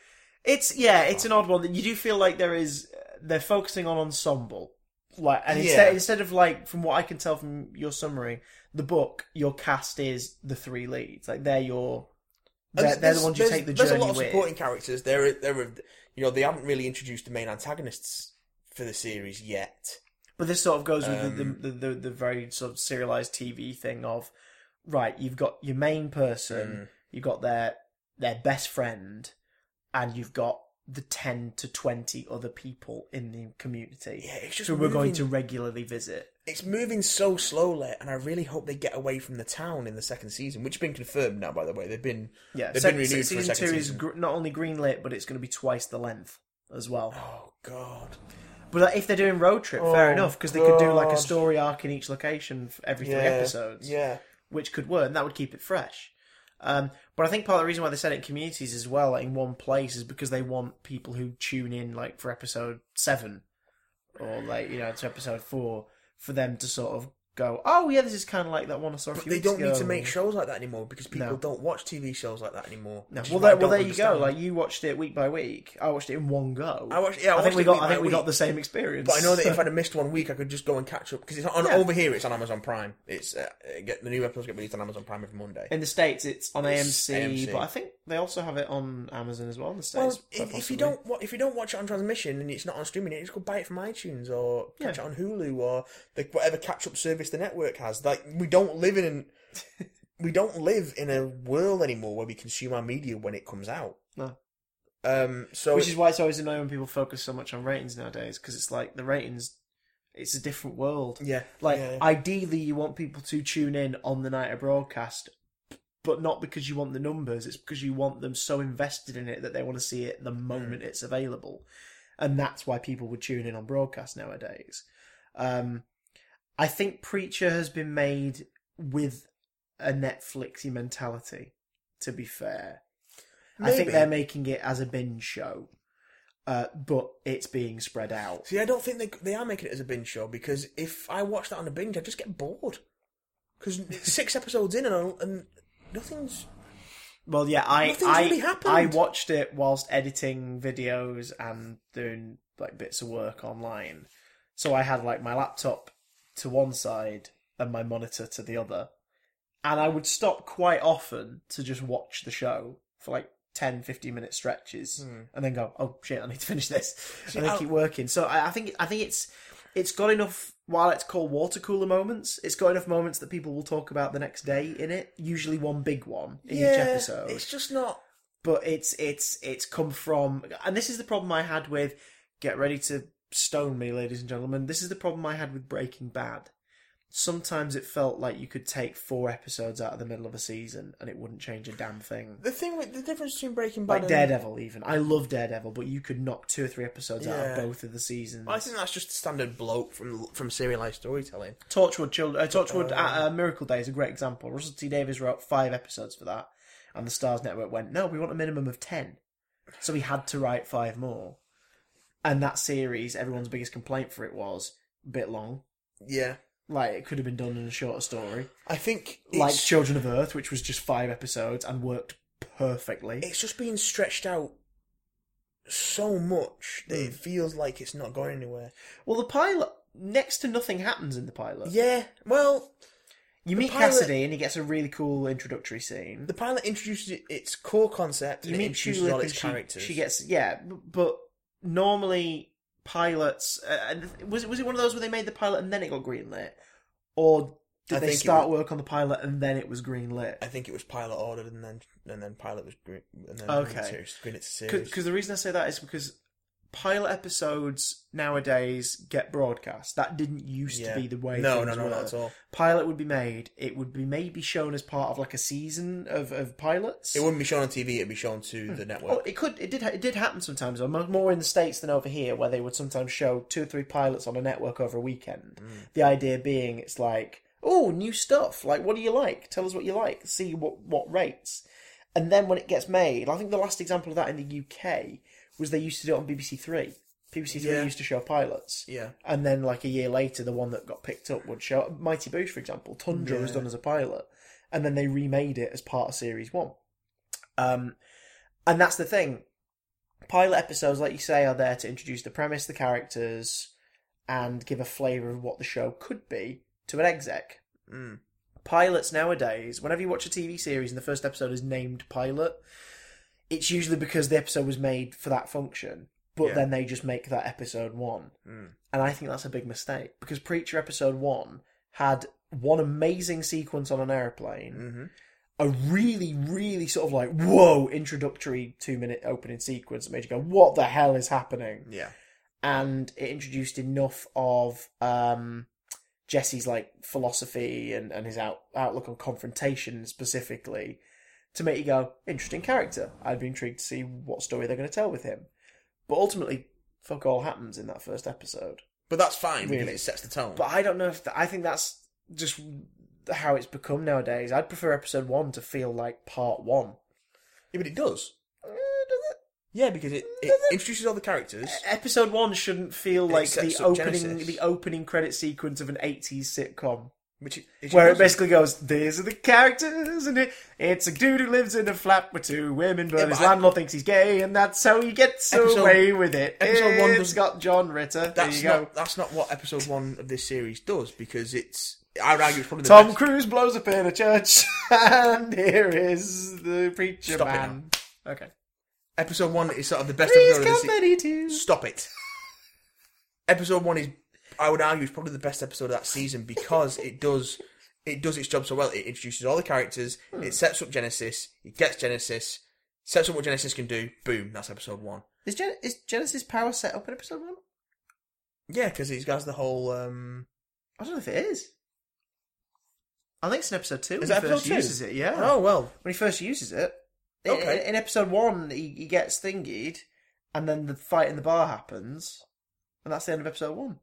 it's yeah, it's an odd one. You do feel like there is they're focusing on ensemble Like, and
Yeah.
instead, instead of like, from what I can tell from your summary, the book, your cast is the three leads. Like they're your, they're, they're the ones you
there's-
take the
There's
journey
a lot of
with.
supporting characters. There, are- there are, you know, they haven't really introduced the main antagonists for the series yet.
But this sort of goes with
Um,
the, the, the the very sort of serialized TV thing of, right? You've got your main
Mm.
person, you've got their their best friend, and you've got the ten to twenty other people in the community
Yeah, it's just
who we're going
moving-
to regularly visit.
It's moving so slowly, and I really hope they get away from the town in the second season, which has been confirmed now. By the way, they've been
Yeah,
They've
se-
been renewed
se-
for a
season
second
two is
season.
gr- not only greenlit, but it's going to be twice the length as well.
oh god,
But like, if they're doing road trip,
Oh,
fair enough, because they could do like a
God.
story arc in each location for every three episodes.
Yeah,
which could work, and that would keep it fresh. Um, but I think part of the reason why they said it in communities as well, like in one place, is because they want people who tune in, like for episode seven, or like you know to episode four, for them to sort of go, oh yeah, this is kind of like that one I saw a
but
few
they
weeks
don't need
ago."
to make shows like that anymore because people
No.
don't watch TV shows like that anymore.
No.
which is
Well,
what I
there, well,
don't
there you go.
understand.
Like you watched it week by week. I watched it in one go.
I watched- yeah, I
think
watched
we
it
got.
week
I think
by
we got
week.
the same experience.
But I know that if I'd have missed one week, I could just go and catch up because it's on
Yeah.
over here. It's on Amazon Prime. It's uh, it get, the new episodes get released on Amazon Prime every Monday.
(laughs) in the states it's on
It's
AMC,
AMC.
but I think they also have it on Amazon as well in the states.
well,
quite
if, if
possibly.
you don't wa- if you don't watch it on transmission and it's not on streaming, you just go buy it from iTunes or catch
Yeah.
it on Hulu or the, whatever catch up service the network has. Like we don't live in
(laughs)
an, we don't live in a world anymore where we consume our media when it comes out.
No.
Um. So
Which is why it's always annoying when people focus so much on ratings nowadays because it's like the ratings, it's a different world.
yeah.
Like
yeah.
ideally, you want people to tune in on the night of broadcast, but not because you want the numbers. It's because you want them so invested in it that they want to see it the
Hmm.
moment it's available, and that's why people would tune in on broadcast nowadays. Um, I think Preacher has been made with a Netflixy mentality. To be fair, I think
Maybe.
they're making it as a binge show, uh, but it's being spread out.
See, I don't think they they are making it as a binge show because if I watch that on a binge, I just get bored.
(laughs)
Because six episodes in and, I- and nothing's.
Well, yeah, I
Nothing's
I,
really happened.
I watched it whilst editing videos and doing like bits of work online. So I had like my laptop to one side and my monitor to the other, and I would stop quite often to just watch the show for like 10, 15 minute stretches,
Hmm.
and then go, "Oh shit, I need to finish this," and then
I-
keep working. So I, I think I think it's it's got enough while it's called water cooler moments it's got enough moments that people will talk about the next day in it usually one big one in each episode
it's just not.
but it's it's it's come from and this is the problem i had with get ready to stone me ladies and gentlemen this is the problem i had with breaking bad sometimes it felt like you could take four episodes out of the middle of a season and it wouldn't change a damn thing
The thing with the difference between Breaking Bad
like
and
daredevil even i love daredevil but you could knock two or three episodes out of
Yeah.
both of the seasons
I think that's just standard bloat from from serialized storytelling.
Torchwood Children, uh, Torchwood uh, uh, Miracle Day is a great example. Russell T Davies wrote five episodes for that, and the Stars Network went, "No, we want a minimum of ten. so he had to write five more. And that series, everyone's biggest complaint for it was bit long.
Yeah,
Like it could have been done in a shorter story,
I think
like
it's,
Children of Earth, which was just five episodes and worked perfectly.
it's just being stretched out so much that it feels like it's not going anywhere.
Well, the pilot. Next to nothing happens in the pilot.
Yeah, well,
you meet
pilot-
Cassidy and he gets a really cool introductory scene.
the pilot introduces it- its core concept
you
and it
meet
introduces
Tulip
all
and
its
she,
characters.
she gets yeah b- but normally pilots uh, and was it was it one of those where they made the pilot and then it got greenlit or did
I
they
think it
start work on the pilot and then it was greenlit
I think it was pilot ordered, and then and then pilot was green, and then
Okay.
series, green it's a series.
because the reason i say that is because pilot episodes nowadays get broadcast that didn't used
Yeah.
to be the way
No,
things
no, no,
were.
not at all.
pilot would be made it would be maybe shown as part of like a season of, of pilots
It wouldn't be shown on TV; it'd be shown to the network.
Oh, it could. It did. ha- It did happen sometimes. though, mo- More in the states than over here, where they would sometimes show two or three pilots on a network over a weekend. The idea being, it's like, oh, new stuff. Like, what do you like? Tell us what you like. See what what rates. And then when it gets made, I think the last example of that in the UK was they used to do it on BBC Three. BBC Three
Yeah.
used to show pilots.
Yeah,
And then, like a year later, the one that got picked up would show Mighty Boosh, for example. Tundra was
Yeah.
done as a pilot, and then they remade it as part of Series One. Um, and that's the thing. Pilot episodes, like you say, are there to introduce the premise, the characters, and give a flavour of what the show could be to an exec.
Mm.
Pilots nowadays, whenever you watch a TV series and the first episode is named pilot, it's usually because the episode was made for that function, but
Yeah.
then they just make that episode one.
Mm.
And I think that's a big mistake because Preacher episode one had one amazing sequence on an airplane
Mm-hmm.
a really, really sort of like whoa introductory two minute opening sequence that made you go, "What the hell is happening?"
Yeah.
And it introduced enough of um, Jesse's like philosophy and and his out, outlook on confrontation specifically to make you go, "Interesting character." I'd be intrigued to see what story they're going to tell with him. But ultimately, fuck all happens in that first episode.
But that's fine
Really.
because it sets the tone.
But I don't know if th I think that's just how it's become nowadays. I'd prefer episode one to feel like part one.
yeah, but it does.
Uh, does
Yeah, because it, it introduces all the characters.
it? Episode one shouldn't feel like
sets
the
up
opening
Genesis.
the opening credit sequence of an eighties sitcom.
Which it, it
Where it
doesn't.
basically goes, These are the characters and it it's a dude who lives in a flat with two women, but
Yeah,
his
but I-
landlord thinks he's gay and that's how he gets
Episode-
away with it.
episode one
It's
doesn't-
got John Ritter. There
that's
you go.
not that's not what episode one of this series does because it's. I would argue it's probably the
Tom
best.
Cruise blows up in a church (laughs) and here is the preacher
Stop it
man. Okay.
Episode one is sort of the best
Please
episode of the
come
se-
many twos.
Stop it. episode one is, I would argue, is probably the best episode of that season because it does it does its job so well. It introduces all the characters.
Hmm.
It sets up Genesis. It gets Genesis. Sets up what Genesis can do. Boom. That's episode one.
Is, Gen- is Genesis Power set up in episode one?
Yeah, because he's got the whole. um
I don't know if it is. I think it's in episode two. when
that
he
episode
first
two?
uses it, yeah.
Oh well.
When he first uses it, in-
Okay.
in, in episode one, he, he gets thingied, and then the fight in the bar happens, and that's the end of episode one.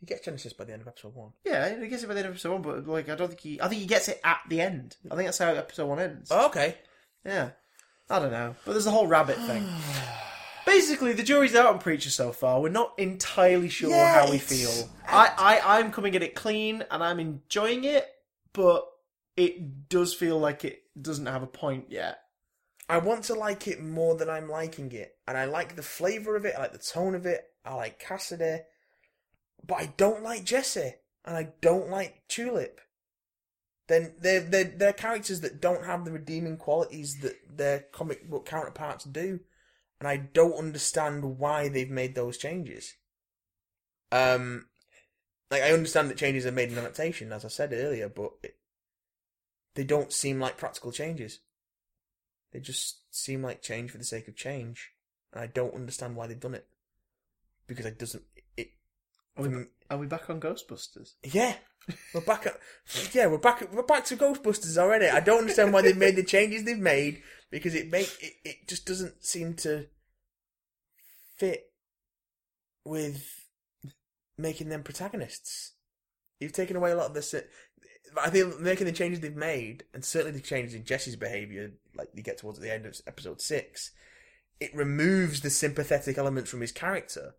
He gets Genesis by the end of episode one.
Yeah, he gets it by the end of episode one, but like I don't think he. I think he gets it at the end. I think that's how episode one ends.
Oh, okay.
Yeah. I don't know. But there's the whole rabbit thing. (sighs) Basically, the jury's out on Preacher so far. We're not entirely sure
Yeah,
how we
it's-
feel. I, I, I'm coming at it clean and I'm enjoying it, but it does feel like it doesn't have a point yet.
I want to like it more than I'm liking it, and I like the flavor of it. I like the tone of it. I like Cassidy, but I don't like Jesse, and I don't like Tulip. Then they're they're, they're characters that don't have the redeeming qualities that their comic book counterparts do, and I don't understand why they've made those changes. Um, like I understand that changes are made in adaptation, as I said earlier, but it, they don't seem like practical changes. They just seem like change for the sake of change, and I don't understand why they've done it. Because it doesn't. It.
Are we,
Mm.
are we back on Ghostbusters?
Yeah, we're back at. Yeah, we're back. At, we're back to Ghostbusters already. I don't understand why they've made the changes they've made because it make it, it just doesn't seem to fit with making them protagonists. You've taken away a lot of the. se- I think making the changes they've made, and certainly the changes in Jesse's behaviour, like you get towards the end of episode six, it removes the sympathetic elements from his character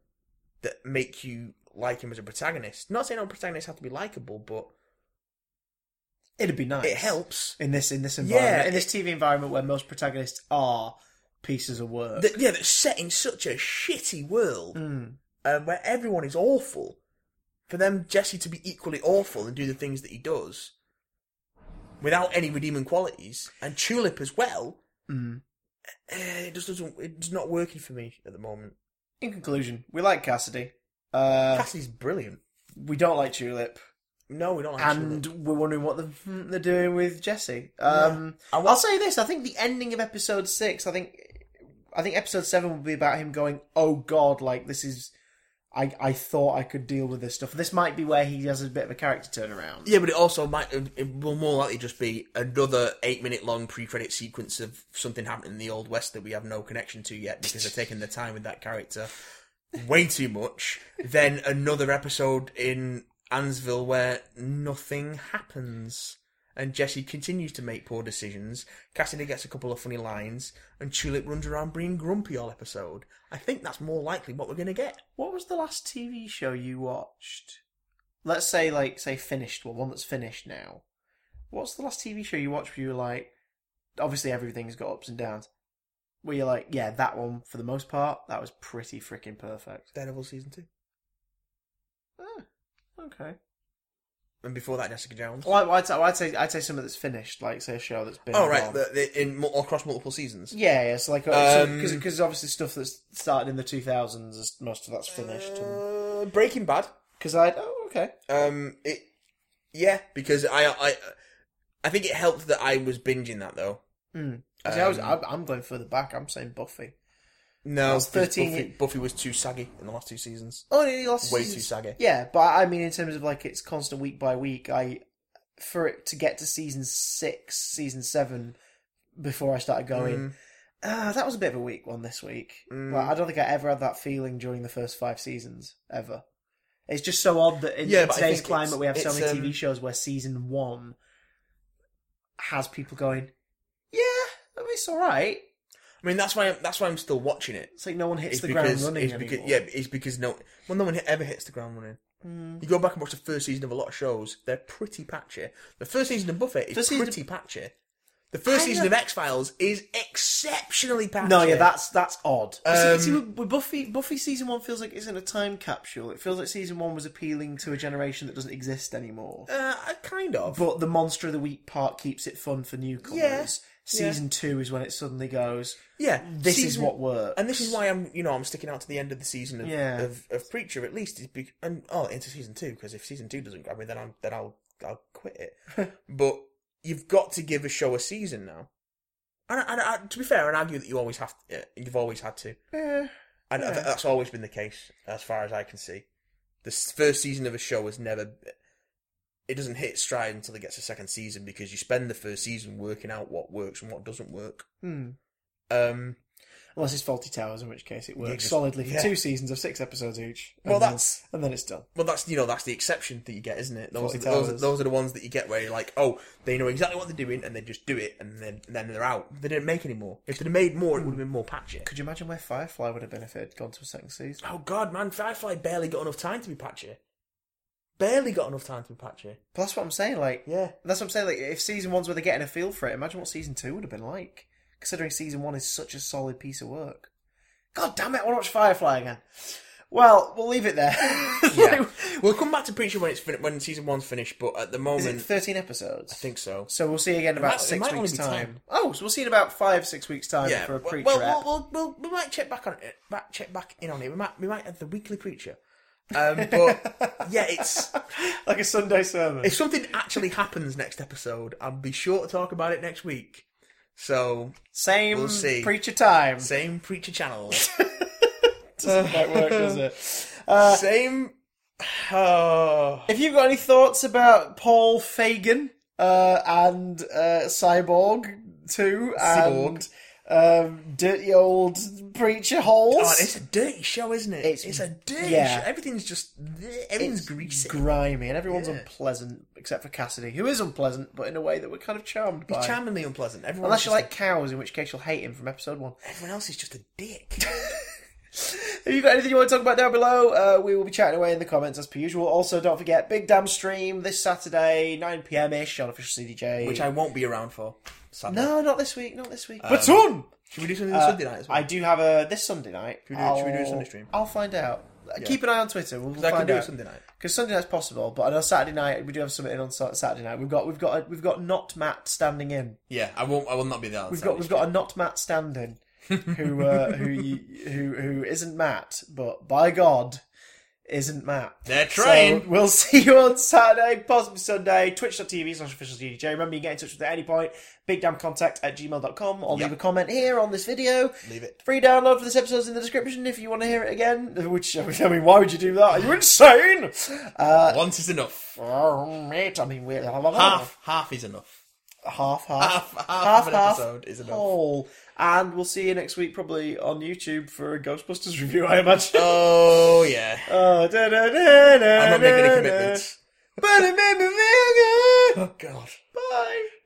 that make you like him as a protagonist. Not saying all protagonists have to be likable, but
It'd be nice.
it helps.
In this, in this
Yeah,
environment, in this
it-
TV environment where most protagonists are pieces of work.
That, yeah, that's set in such a shitty world
Mm.
um, where everyone is awful. For them, Jesse to be equally awful and do the things that he does without any redeeming qualities, and Tulip as well,
Mm.
eh, it just doesn't. It's not working for me at the moment.
In conclusion, we like Cassidy. Uh,
Cassidy's brilliant.
we don't like Tulip.
No, we don't like
and
Tulip.
we're wondering what the, hmm, they're doing with Jesse. Um,
I
I'll
want,
say this: I think the ending of episode six. I think, I think episode seven will be about him going, "Oh God, like this is." I, I thought I could deal with this stuff. This might be where he has a bit of a character turnaround.
yeah, but it also might. um, It will more likely just be another eight-minute-long pre-credit sequence of something happening in the old west that we have no connection to yet because they're taking their time with that character way too much. Then another episode in Ansville where nothing happens. And Jesse continues to make poor decisions. Cassidy gets a couple of funny lines, and Tulip runs around being grumpy all episode. I think that's more likely what we're going to get.
What was the last TV show you watched? Let's say, like, say finished one, one that's finished now. What's the last TV show you watched where you were like, obviously everything's got ups and downs. Where you're like, yeah, that one for the most part, that was pretty freaking perfect.
Daredevil season two.
Ah, Okay.
and before that, Jessica Jones.
Well, I- I'd, say- I'd say I'd say some that's finished, like say a show that's been.
oh right,
on.
the, the, in mul- across multiple seasons.
Yeah, yeah. So like,
Um,
because because obviously stuff that's started in the two thousands, is most of that's finished.
Uh, Breaking Bad.
Because I oh okay,
Um, it, yeah, because I, I, I think it helped that I was binging that though.
mm. See, I was,
Um,
I'm, I'm going further back. I'm saying Buffy.
No,
I was
'cause
13
Buffy, Buffy was too saggy in the last two seasons.
Oh, the last
Way
season's-
too saggy.
Yeah, but I mean in terms of like it's constant week by week. I for it to get to season six, season seven, before I started going. Ah, that was a bit of a weak one this week.
Mm.
Like, I don't think I ever had that feeling during the first five seasons ever. It's just so odd that in
Yeah, but I
today's
think
climate
it's-
we have so
it's,
many
um,
TV shows where season one has people going, yeah, I mean, it's all right.
I mean, that's why I'm, that's why I'm still watching it.
It's like no one hits
It's
the
because,
ground running
it's
anymore.
because yeah, it's because no, well, no one ever hits the ground running.
Mm.
You go back and watch the first season of a lot of shows; they're pretty patchy. The first season of Buffet is
First season-
pretty patchy. The first
I
season
know-
of X Files is exceptionally patchy.
No, yeah, that's that's odd.
Um,
see, see, with with Buffy, Buffy season one feels like it's in a time capsule. It feels like season one was appealing to a generation that doesn't exist anymore.
uh, I- kind of.
But the monster of the week part keeps it fun for newcomers.
Yeah,
Season two is when it suddenly goes.
yeah,
This is
season-
what works,
and this is why I'm, you know, I'm sticking out to the end of the season of,
Yeah.
of, of Preacher at least, is be- and oh, into season two because if season two doesn't grab me, then I'm then I'll I'll quit (laughs) it. but you've got to give a show a season now. And, I- and I, to be fair, I'd argue that you always have, to, you've always had to.
Eh,
And I
Yeah.
th- that's always been the case, as far as I can see. The s- first season of a show has never. It doesn't hit its stride until it gets a second season because you spend the first season working out what works and what doesn't work.
hmm.
Um,
Unless it's Faulty Towers, in which case it works
just-
solidly for
yeah.
two seasons of six episodes each. and
Well,
then-
that's-
and then it's done.
well, that's you know that's the exception that you get, isn't it? Those
Forty
are, those, are,
Towers.
those are the ones that you get where you're like, oh, they know exactly what they're doing and they just do it, and then and then they're out. They didn't make any more. If they'd have made more, it would have been more patchy.
Could you imagine where Firefly would have been if it had gone to a second season?
Oh God, man, Firefly barely got enough time to be patchy. Barely got enough time to be patchy.
But that's what I'm saying. Like,
(laughs) Yeah.
That's what I'm saying. Like, if season one's where they're getting a feel for it, imagine what season two would have been like. Considering season one is such a solid piece of work. God damn it! I want to watch Firefly again. Well, we'll leave it there.
yeah. We'll come back to Preacher when it's fin- when season one's finished, but at the
(laughs) is it
moment,
thirteen episodes?
I think so.
so. We'll see you again in about
might- it
six
might only
weeks'
be
time.
10.
Oh, so we'll see you in about five, six weeks' time
Yeah,
for a
well,
preacher.
well,
ep.
we'll, we'll, we'll, we might check back on it, back, check back in on it. We might, we might have the weekly Preacher, um, (laughs) but yeah, it's
like a Sunday sermon.
if something actually happens next episode, I'll be sure to talk about it next week. So
Same
we'll see.
preacher time.
same Preacher (laughs) channel,
Doesn't quite work, does (laughs) it?
Uh, same. (sighs) Oh,
If you've got any thoughts about Paul Fagan uh, and uh, Cyborg 2 and um, dirty old preacher holes,
God, it's a dirty show, isn't it?
It's-
It's, a dirty
yeah.
show. Everything's just everything's
It's
greasy.
grimy, and everyone's
Yeah.
unpleasant except for Cassidy, who is unpleasant, but in a way that we're kind of charmed by.
He's charmingly unpleasant. Everyone
Unless you
just
like cows, in which case you'll hate him from episode one.
a- everyone else is just a dick. (laughs)
If you've got anything you want to talk about down below, uh, we will be chatting away in the comments as per usual. Also, don't forget, Big Damn Stream this Saturday, 9 pm ish on official CDJ.
which I won't be around for. Sadly.
No, not this week, not this week.
But
on!
Should we do something
Uh,
Sunday night as well?
I do have a this Sunday night.
we do- should we do a Sunday stream?
I'll find out. Keep an eye on Twitter. We'll, we'll
'Cause I
find
can do
out
it Sunday night.
because Sunday night's possible. But I know Saturday night we do have something on Sa- Saturday night. We've got we've got a, we've got not Matt standing in.
Yeah, I won't. I will not be there. on
We've got
Saturday.
we've got a not Matt standing
(laughs)
who uh, who you, who who isn't Matt, but by God, isn't Matt.
They're
So,
trying.
we'll (laughs) see you on Saturday, possibly Sunday, twitch.tv slash official DDJ. Remember, you can get in touch with us at any point, bigdamcontact at gmail.com, or
Yep.
leave a comment here on this video.
Leave it.
Free download for this episode's in the description if you want to hear it again. Which, I mean, why would you do that? Are you insane? Uh,
Once is enough.
oh, mate, I mean, we're
Half. Half is enough.
half, half,
Half. Half, of an episode is enough.
whole. And we'll see you next week, probably on YouTube for a Ghostbusters review, I
(laughs)
imagine.
Oh yeah.
Oh, da, da, da, da,
I'm not making
da,
any
da.
commitments.
But it made me feel good.
Oh, God.
Bye.